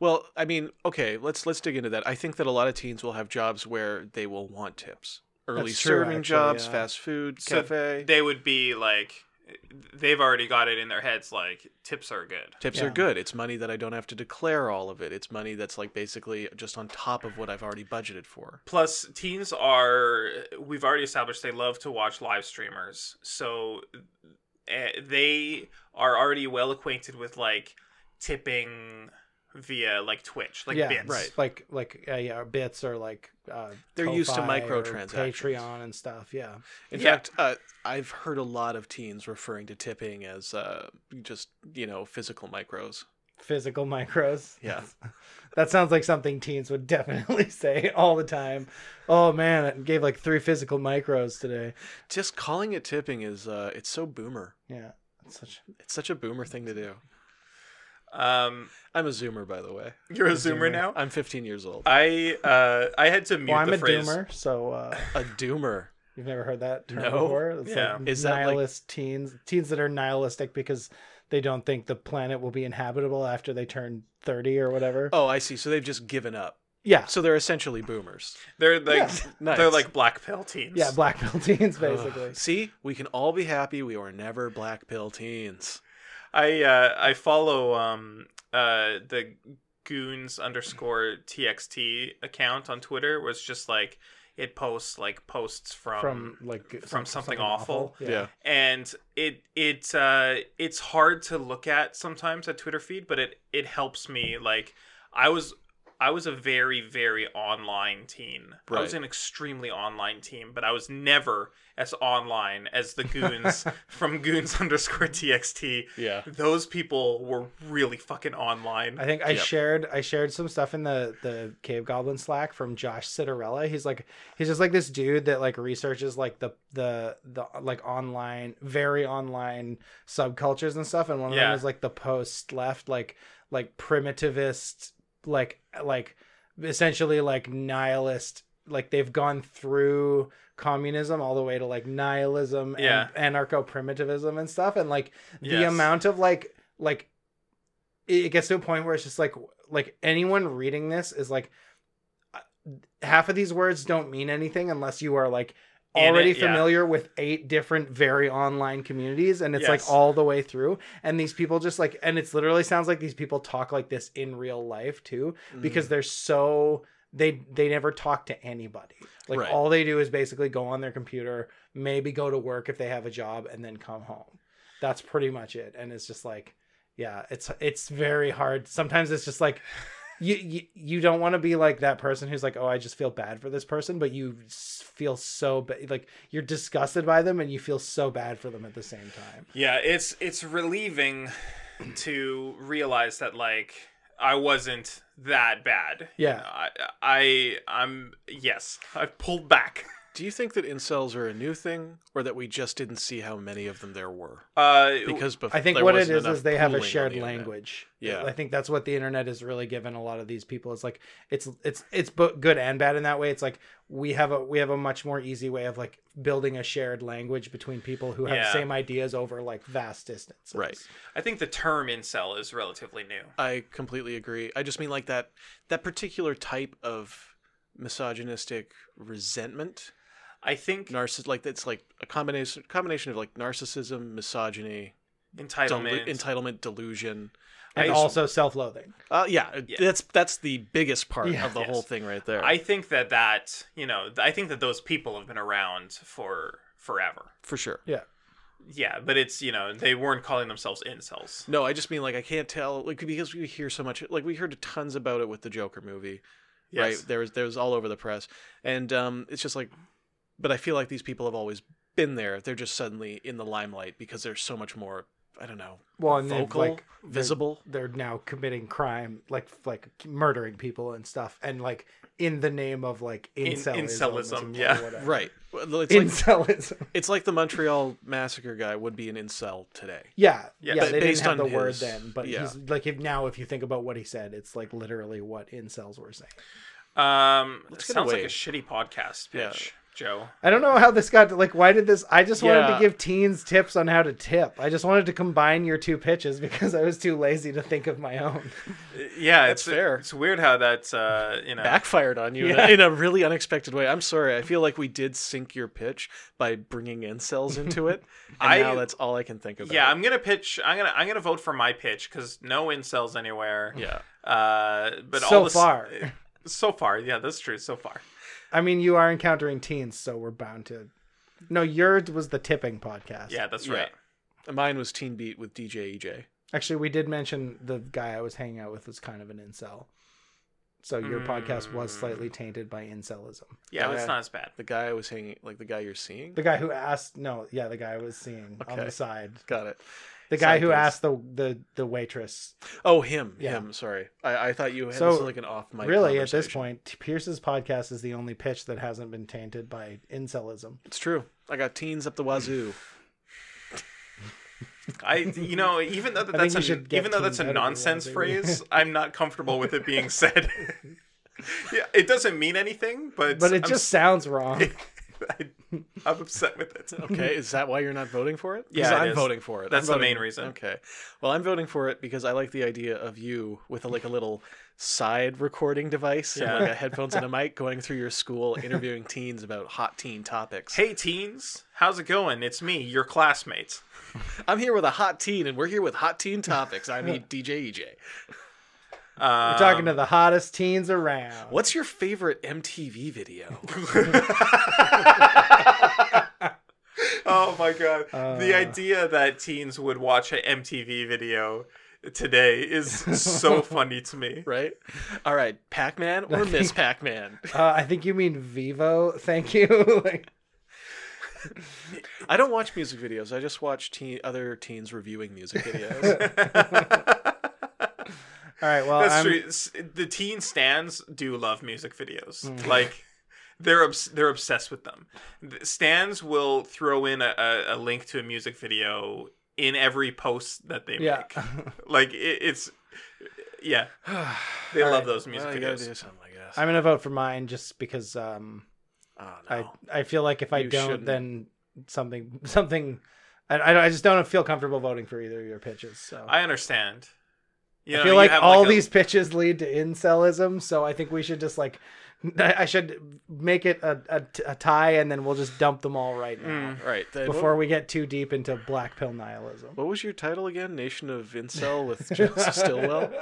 Speaker 2: Well, I mean, okay, let's let's dig into that. I think that a lot of teens will have jobs where they will want tips. Early
Speaker 3: That's true,
Speaker 2: serving
Speaker 3: actually,
Speaker 2: jobs,
Speaker 3: yeah.
Speaker 2: fast food,
Speaker 1: So
Speaker 2: cafe.
Speaker 1: they would be like, they've already got it in their heads. Like tips are good.
Speaker 2: tips
Speaker 3: Yeah.
Speaker 2: are good. It's money that I don't have to declare all of it. It's money that's like basically just on top of what I've already budgeted for.
Speaker 1: Plus, teens are, we've already established they love to watch live streamers. So eh, they are already well acquainted with like tipping via like Twitch, like
Speaker 3: yeah,
Speaker 1: bits.
Speaker 2: right.
Speaker 3: Like like uh, yeah, bits or like uh,
Speaker 2: They're used to
Speaker 3: Ko-Fi or
Speaker 2: microtransactions.
Speaker 3: Patreon and stuff. Yeah,
Speaker 2: In
Speaker 1: Yeah.
Speaker 2: fact, uh, I've heard a lot of teens referring to tipping as uh, just you know physical micros.
Speaker 3: physical micros.
Speaker 2: Yeah.
Speaker 3: that sounds like something teens would definitely say all the time. Oh man, I gave like three physical micros today.
Speaker 2: Just calling it tipping is uh, it's so boomer.
Speaker 3: Yeah, it's such
Speaker 2: It's such a boomer thing to do.
Speaker 1: Um,
Speaker 2: I'm a zoomer, by the way.
Speaker 1: you're a zoomer now.
Speaker 2: I'm 15 years old.
Speaker 1: I uh, I had to mute
Speaker 3: well, I'm
Speaker 1: the
Speaker 3: a
Speaker 1: phrase.
Speaker 3: doomer, so uh,
Speaker 2: A doomer.
Speaker 3: you've never heard that term
Speaker 2: No.
Speaker 3: before. It's
Speaker 1: Yeah.
Speaker 3: like
Speaker 2: Is that, like-
Speaker 3: nihilist teens, teens that are nihilistic because they don't think the planet will be inhabitable after they turn thirty or whatever.
Speaker 2: Oh, I see. So they've just given up.
Speaker 3: Yeah,
Speaker 2: So they're essentially boomers.
Speaker 1: They're like
Speaker 2: Nice.
Speaker 1: they're like black pill teens.
Speaker 3: yeah, black pill teens basically.
Speaker 2: Ugh. see, we can all be happy. We were never black pill teens.
Speaker 1: I uh, I follow um uh the goons underscore txt account on Twitter where it's just like it posts like posts from,
Speaker 3: from like
Speaker 1: from something awful.
Speaker 2: Yeah.
Speaker 1: and it it uh it's hard to look at sometimes at Twitter feed, but it it helps me like I was I was a very very online teen. I was
Speaker 2: Right.
Speaker 1: an extremely online teen, but I was never as online as the goons from goons underscore txt.
Speaker 2: Yeah.
Speaker 1: Those people were really fucking online.
Speaker 3: I think I
Speaker 2: Yep.
Speaker 3: shared I shared some stuff in the the Cave Goblin Slack from Josh Citarella. He's like he's just like this dude that like researches like the the the like online very online subcultures and stuff. And one of
Speaker 1: Yeah.
Speaker 3: them is like the post left like like primitivist like like essentially like nihilist like they've gone through communism all the way to like nihilism
Speaker 1: Yeah.
Speaker 3: and anarcho primitivism and stuff and like the
Speaker 1: Yes.
Speaker 3: amount of like like it it gets to a point where it's just like like anyone reading this is like uh, half of these words don't mean anything unless you are like
Speaker 1: In
Speaker 3: already
Speaker 1: it, yeah.
Speaker 3: familiar with eight different very online communities and it's
Speaker 1: Yes.
Speaker 3: like all the way through and these people just like and it's literally sounds like these people talk like this in real life too because they're so they they never talk to anybody like
Speaker 2: Right.
Speaker 3: all they do is basically go on their computer maybe go to work if they have a job and then come home that's pretty much it and it's just like yeah it's it's very hard sometimes it's just like you, you you don't want to be like that person who's like, oh, I just feel bad for this person, but you s- feel so ba- like you're disgusted by them and you feel so bad for them at the same time.
Speaker 1: Yeah, it's it's relieving to realize that like I wasn't that bad. You
Speaker 3: Yeah.
Speaker 1: know, I, I I'm yes, I've pulled back.
Speaker 2: Do you think that incels are a new thing, or that we just didn't see how many of them there were?
Speaker 1: Uh,
Speaker 2: Because bef-
Speaker 3: I think
Speaker 2: there
Speaker 3: what it
Speaker 2: wasn't
Speaker 3: is
Speaker 2: enough
Speaker 3: is they have a
Speaker 2: pooling on
Speaker 3: shared
Speaker 2: the internet.
Speaker 3: language.
Speaker 2: Yeah.
Speaker 3: I think that's what the internet has really given a lot of these people. It's like it's it's it's bo- good and bad in that way. It's like we have a we have a much more easy way of like building a shared language between people who have
Speaker 1: Yeah.
Speaker 3: same ideas over like vast distances.
Speaker 2: Right.
Speaker 1: I think the term incel is relatively new.
Speaker 2: I completely agree. I just mean like that that particular type of misogynistic resentment,
Speaker 1: I think
Speaker 2: narciss like that's like a combination combination of like narcissism, misogyny, del-
Speaker 1: entitlement.
Speaker 2: entitlement, delusion.
Speaker 3: And
Speaker 1: I-
Speaker 3: also self-loathing.
Speaker 2: Uh, yeah,
Speaker 1: Yeah.
Speaker 2: that's that's the biggest part
Speaker 3: Yeah.
Speaker 2: of the
Speaker 1: Yes.
Speaker 2: whole thing right there.
Speaker 1: I think that that you know I think that those people have been around for forever.
Speaker 2: for sure.
Speaker 3: Yeah.
Speaker 1: Yeah, but it's you know they weren't calling themselves incels.
Speaker 2: No, I just mean like I can't tell like because we hear so much like we heard tons about it with the Joker movie.
Speaker 1: Yes.
Speaker 2: Right? There was there was all over the press. And um it's just like but I feel like these people have always been there. They're just suddenly in the limelight because there's so much more I don't know,
Speaker 3: Well, and they've,
Speaker 2: vocal,
Speaker 3: like they're-
Speaker 2: visible.
Speaker 3: they're now committing crime like like murdering people and stuff and like in the name of like
Speaker 1: In-
Speaker 3: incelism,
Speaker 1: incelism,
Speaker 3: or
Speaker 1: yeah.
Speaker 3: whatever.
Speaker 2: Right. Well, It's like
Speaker 3: incelism
Speaker 2: it's like the Montreal massacre guy would be an incel today.
Speaker 3: yeah yeah,
Speaker 1: Yeah,
Speaker 3: they didn't
Speaker 2: based
Speaker 3: have
Speaker 2: on
Speaker 3: the word
Speaker 2: his-
Speaker 3: then but
Speaker 2: yeah.
Speaker 3: he's like if now if you think about what he said it's like literally what incels were saying
Speaker 1: Um,
Speaker 2: get
Speaker 1: sounds
Speaker 2: away.
Speaker 1: like a shitty podcast
Speaker 2: Yeah.
Speaker 1: pitch, Joe.
Speaker 3: i don't know how this got to, like why did this i just wanted to
Speaker 2: Yeah.
Speaker 3: give teens tips on how to tip i just wanted to combine your two pitches because i was too lazy to think of my own
Speaker 1: Yeah,
Speaker 2: That's
Speaker 1: it's
Speaker 2: fair.
Speaker 1: It's weird how that's uh, you know
Speaker 2: Backfired on you in a-
Speaker 3: Yeah.
Speaker 2: in, a, really unexpected way. I'm sorry. I feel like we did sink your pitch by bringing incels into it. And
Speaker 1: I-
Speaker 2: now that's all I can think about.
Speaker 1: Yeah, I'm gonna pitch. I'm gonna I'm gonna vote for my pitch because no incels anywhere.
Speaker 2: yeah.
Speaker 1: Uh, but
Speaker 3: so
Speaker 1: all this, eh,
Speaker 3: far
Speaker 1: so far, yeah, that's true. So far,
Speaker 3: i mean you are encountering teens so we're bound to no yours was the tipping podcast
Speaker 1: yeah, that's
Speaker 2: Yeah.
Speaker 1: right.
Speaker 2: Mine was Teen Beat with E DJ EJ.
Speaker 3: Actually, we did mention the guy I was hanging out with was kind of an incel. So your
Speaker 2: Mm.
Speaker 3: podcast was slightly tainted by incelism.
Speaker 1: Yeah,
Speaker 2: Okay.
Speaker 1: it's not as bad.
Speaker 2: The guy I was hanging, like the guy you're seeing.
Speaker 3: The guy who asked, no, yeah, the guy I was seeing on
Speaker 2: Okay.
Speaker 3: the side.
Speaker 2: Got it.
Speaker 3: The guy
Speaker 2: Side
Speaker 3: who
Speaker 2: piece.
Speaker 3: asked the, the the waitress.
Speaker 2: Oh, him.
Speaker 3: Yeah.
Speaker 2: Him. Sorry, I, I thought you had
Speaker 3: So,
Speaker 2: this was like an off mic.
Speaker 3: really, at this
Speaker 2: conversation.
Speaker 3: point, Pierce's podcast is the only pitch that hasn't been tainted by incelism.
Speaker 2: it's true. I got teens up the wazoo.
Speaker 1: I you know even though that
Speaker 3: I think
Speaker 1: that's
Speaker 3: you
Speaker 1: a,
Speaker 3: should get
Speaker 1: even though that's
Speaker 3: teens
Speaker 1: a
Speaker 3: out of your
Speaker 1: nonsense
Speaker 3: life, baby.
Speaker 1: phrase, I'm not comfortable with it being said. yeah, it doesn't mean anything, but
Speaker 3: But it
Speaker 1: I'm
Speaker 3: just sounds wrong.
Speaker 1: I, I'm upset with it.
Speaker 2: Okay, is that why you're not voting for it? 'Cause
Speaker 1: Yeah, it
Speaker 2: I'm
Speaker 1: is.
Speaker 2: voting for it. I'm
Speaker 1: That's the
Speaker 2: voting-
Speaker 1: main reason.
Speaker 2: Okay, well, I'm voting for it because I like the idea of you with a, like a little side recording device
Speaker 1: Yeah.
Speaker 2: and like a headphones and a mic going through your school interviewing teens about hot teen topics.
Speaker 1: Hey teens, how's it going? It's me, your classmate.
Speaker 2: I'm here with a hot teen, and we're here with hot teen topics. I mean, E DJ EJ.
Speaker 1: Um,
Speaker 3: We're talking to the hottest teens around.
Speaker 2: What's your favorite MTV video?
Speaker 1: Oh my god.
Speaker 3: Uh.
Speaker 1: the idea that teens would watch an MTV video today is so funny to me.
Speaker 2: right? All right, Pac Man or Miss Pac Man?
Speaker 3: Uh, I think you mean Vivo. Thank you. like,
Speaker 2: I don't watch music videos. I just watch teen, other teens reviewing music videos.
Speaker 3: all right. Well,
Speaker 1: That's
Speaker 3: I'm,
Speaker 1: true. S- The teen stands do love music videos.
Speaker 3: Hmm.
Speaker 1: Like they're obs- they're obsessed with them. The Stands will throw in a, a, a link to a music video in every post that they
Speaker 3: Yeah.
Speaker 1: make. Like it, it's yeah. They
Speaker 3: All
Speaker 1: love
Speaker 3: right.
Speaker 1: those music
Speaker 2: Well, you gotta
Speaker 1: videos.
Speaker 2: do something, I guess.
Speaker 3: I'm gonna vote for mine just because um,
Speaker 2: oh, no.
Speaker 3: I I feel like if I
Speaker 2: You
Speaker 3: don't,
Speaker 2: shouldn't.
Speaker 3: then something something. I, I don't- I just don't feel comfortable voting for either of your pitches. So I,
Speaker 1: I understand. You know,
Speaker 3: feel
Speaker 1: you
Speaker 3: like
Speaker 1: have,
Speaker 3: all
Speaker 1: a-
Speaker 3: these pitches lead to incelism. So I think we should just like I I should make it a, a, a tie, and then we'll just dump them all right now
Speaker 2: All right,
Speaker 1: Hmm.
Speaker 2: then,
Speaker 3: before
Speaker 2: What,
Speaker 3: we get too deep into black pill nihilism.
Speaker 2: what was your title again? Nation of Incel with Joseph Stillwell.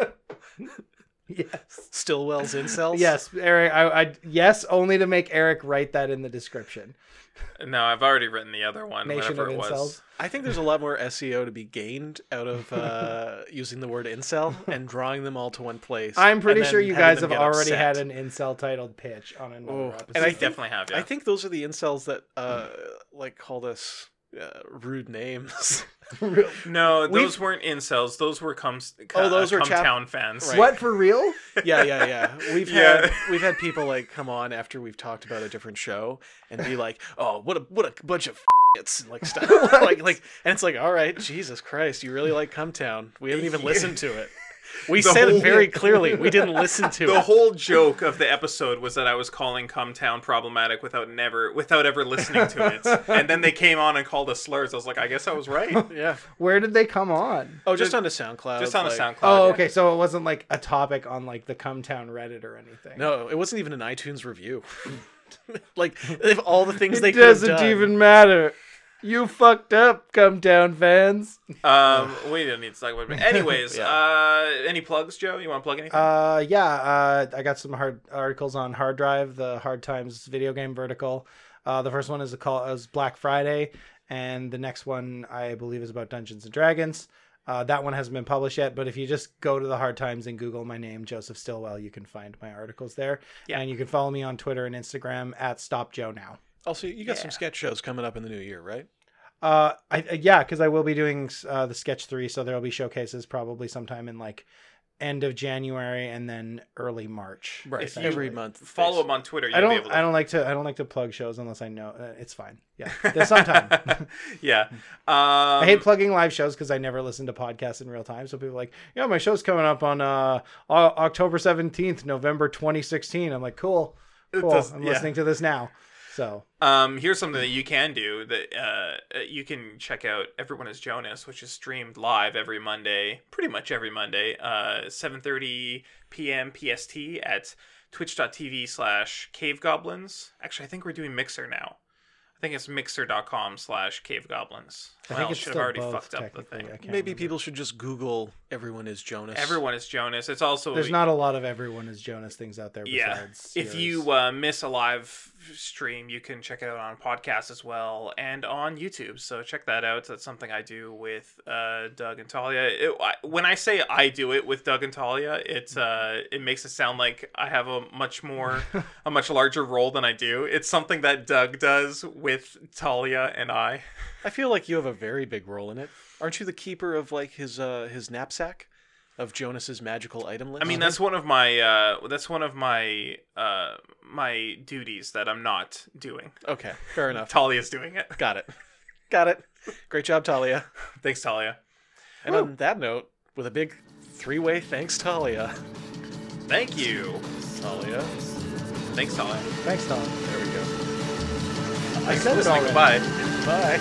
Speaker 3: Yes.
Speaker 2: Stillwell's incels.
Speaker 3: Yes, Eric. I, I yes, only to make Eric write that in the description.
Speaker 1: No, I've already written the other one.
Speaker 3: Nation
Speaker 1: whatever
Speaker 3: of
Speaker 1: it was.
Speaker 3: incels.
Speaker 2: I think there's a lot more SEO to be gained out of uh, using the word incel and drawing them all to one place.
Speaker 3: I'm
Speaker 2: and
Speaker 3: pretty
Speaker 2: then
Speaker 3: sure you
Speaker 2: having
Speaker 3: guys
Speaker 2: them
Speaker 3: have
Speaker 2: get
Speaker 3: already
Speaker 2: upset.
Speaker 3: had an incel titled pitch on another
Speaker 2: Oh,
Speaker 3: episode.
Speaker 2: and
Speaker 1: I
Speaker 2: I think-
Speaker 1: definitely have. Yeah.
Speaker 2: I think those are the incels that uh, like called us uh, rude names.
Speaker 1: no,
Speaker 2: We've-
Speaker 1: those weren't incels. Those were come.
Speaker 2: Oh, those
Speaker 1: uh,
Speaker 2: were
Speaker 1: come
Speaker 2: chap-
Speaker 1: town fans.
Speaker 2: Right.
Speaker 3: What for real?
Speaker 2: yeah, yeah, yeah. We've
Speaker 1: Yeah.
Speaker 2: had we've had people like come on after we've talked about a different show and be like, "Oh, what a what a bunch of f***its," and like stuff like like and it's like, "All right, Jesus Christ, you really like Cumtown. We haven't even listened to it." We
Speaker 1: The
Speaker 2: said
Speaker 1: whole-
Speaker 2: it very clearly. We didn't listen to
Speaker 1: The
Speaker 2: it.
Speaker 1: whole joke of the episode was that I was calling Come Town problematic without never without ever listening to it, and then they came on and called us slurs. I was like, I guess I was right.
Speaker 2: yeah.
Speaker 3: Where did they come on?
Speaker 2: Oh, just on a SoundCloud.
Speaker 1: Just on a
Speaker 2: like-
Speaker 1: SoundCloud.
Speaker 3: Oh, okay. So it wasn't like a topic on like the Cumtown Reddit or anything.
Speaker 2: No, it wasn't even an iTunes review. like if all the things
Speaker 3: it
Speaker 2: they could have
Speaker 3: doesn't
Speaker 2: done-
Speaker 3: even matter. You fucked up, Cumtown fans.
Speaker 1: Um, we don't need to talk about it. Anyways,
Speaker 2: Yeah.
Speaker 1: uh, any plugs, Joe? You want to plug anything?
Speaker 3: Uh, yeah, uh, I got some hard articles on Hard Drive, the Hard Times video game vertical. Uh, the first one is a call is Black Friday, and the next one I believe is about Dungeons and Dragons. Uh, that one hasn't been published yet, but if you just go to the Hard Times and Google my name, Joseph Stillwell, you can find my articles there.
Speaker 1: Yeah.
Speaker 3: And you can follow me on Twitter and Instagram at Stop Joe Now.
Speaker 2: Also, you got
Speaker 1: Yeah.
Speaker 2: some sketch shows coming up in the new year, right?
Speaker 3: Uh, I, I- yeah, because I will be doing uh, the sketch three, so there'll be showcases probably sometime in like end of January and then early March.
Speaker 1: If you
Speaker 2: Every month.
Speaker 1: Follow him on Twitter. You'll
Speaker 3: I
Speaker 1: Be able
Speaker 3: don't.
Speaker 1: to
Speaker 3: I don't like to. I don't like to plug shows unless I know uh, it's fine. Yeah, there's sometime.
Speaker 1: yeah. Um,
Speaker 3: I hate plugging live shows because I never listen to podcasts in real time. So people are like, yeah, my show's coming up on uh, O- October seventeenth, November twenty sixteen. I'm like, cool, cool.
Speaker 1: does-
Speaker 3: I'm
Speaker 1: yeah.
Speaker 3: listening to this now. So
Speaker 1: Um, here's something that you can do that uh, you can check out. Everyone is Jonas, which is streamed live every Monday, pretty much every Monday, uh, 7:30 p.m. PST at twitch.tv slash cavegoblins. Actually, I think we're doing Mixer now. I think it's mixer.com slash cavegoblins.
Speaker 3: I
Speaker 1: Well,
Speaker 3: think it's
Speaker 1: should
Speaker 3: still
Speaker 1: have already
Speaker 3: both,
Speaker 1: fucked up the
Speaker 3: technically.
Speaker 1: thing.
Speaker 3: I can't
Speaker 2: Maybe
Speaker 3: remember.
Speaker 2: people should just Google "Everyone is Jonas."
Speaker 1: Everyone is Jonas. It's also
Speaker 3: There's not a lot of everyone is Jonas things out there.
Speaker 1: yeah
Speaker 3: Besides
Speaker 1: if
Speaker 3: yours.
Speaker 1: you uh, miss a live stream you can check it out on podcast as well and on youtube so check that out that's something i do with uh, doug and talia It- I- when i say i do it with doug and talia it, uh, it makes it sound like i have a much more a much larger role than i do it's something that doug does with talia and i
Speaker 2: I feel like you have a very big role in it. Aren't you the keeper of like his uh his knapsack of Jonas's magical item list?
Speaker 1: I mean, that's one of my uh, that's one of my uh, my duties that I'm not doing.
Speaker 2: Uh-huh. okay. Fair enough.
Speaker 1: Talia's doing it.
Speaker 2: Got it. Got it. Great job, Talia.
Speaker 1: Thanks, Talia.
Speaker 2: And on that note, with a big three-way thanks, Talia.
Speaker 1: Thank you.
Speaker 2: Talia.
Speaker 1: Thanks, Talia.
Speaker 3: thanks, Tom.
Speaker 2: There we go.
Speaker 3: I said it already.
Speaker 1: Bye.
Speaker 2: Bye.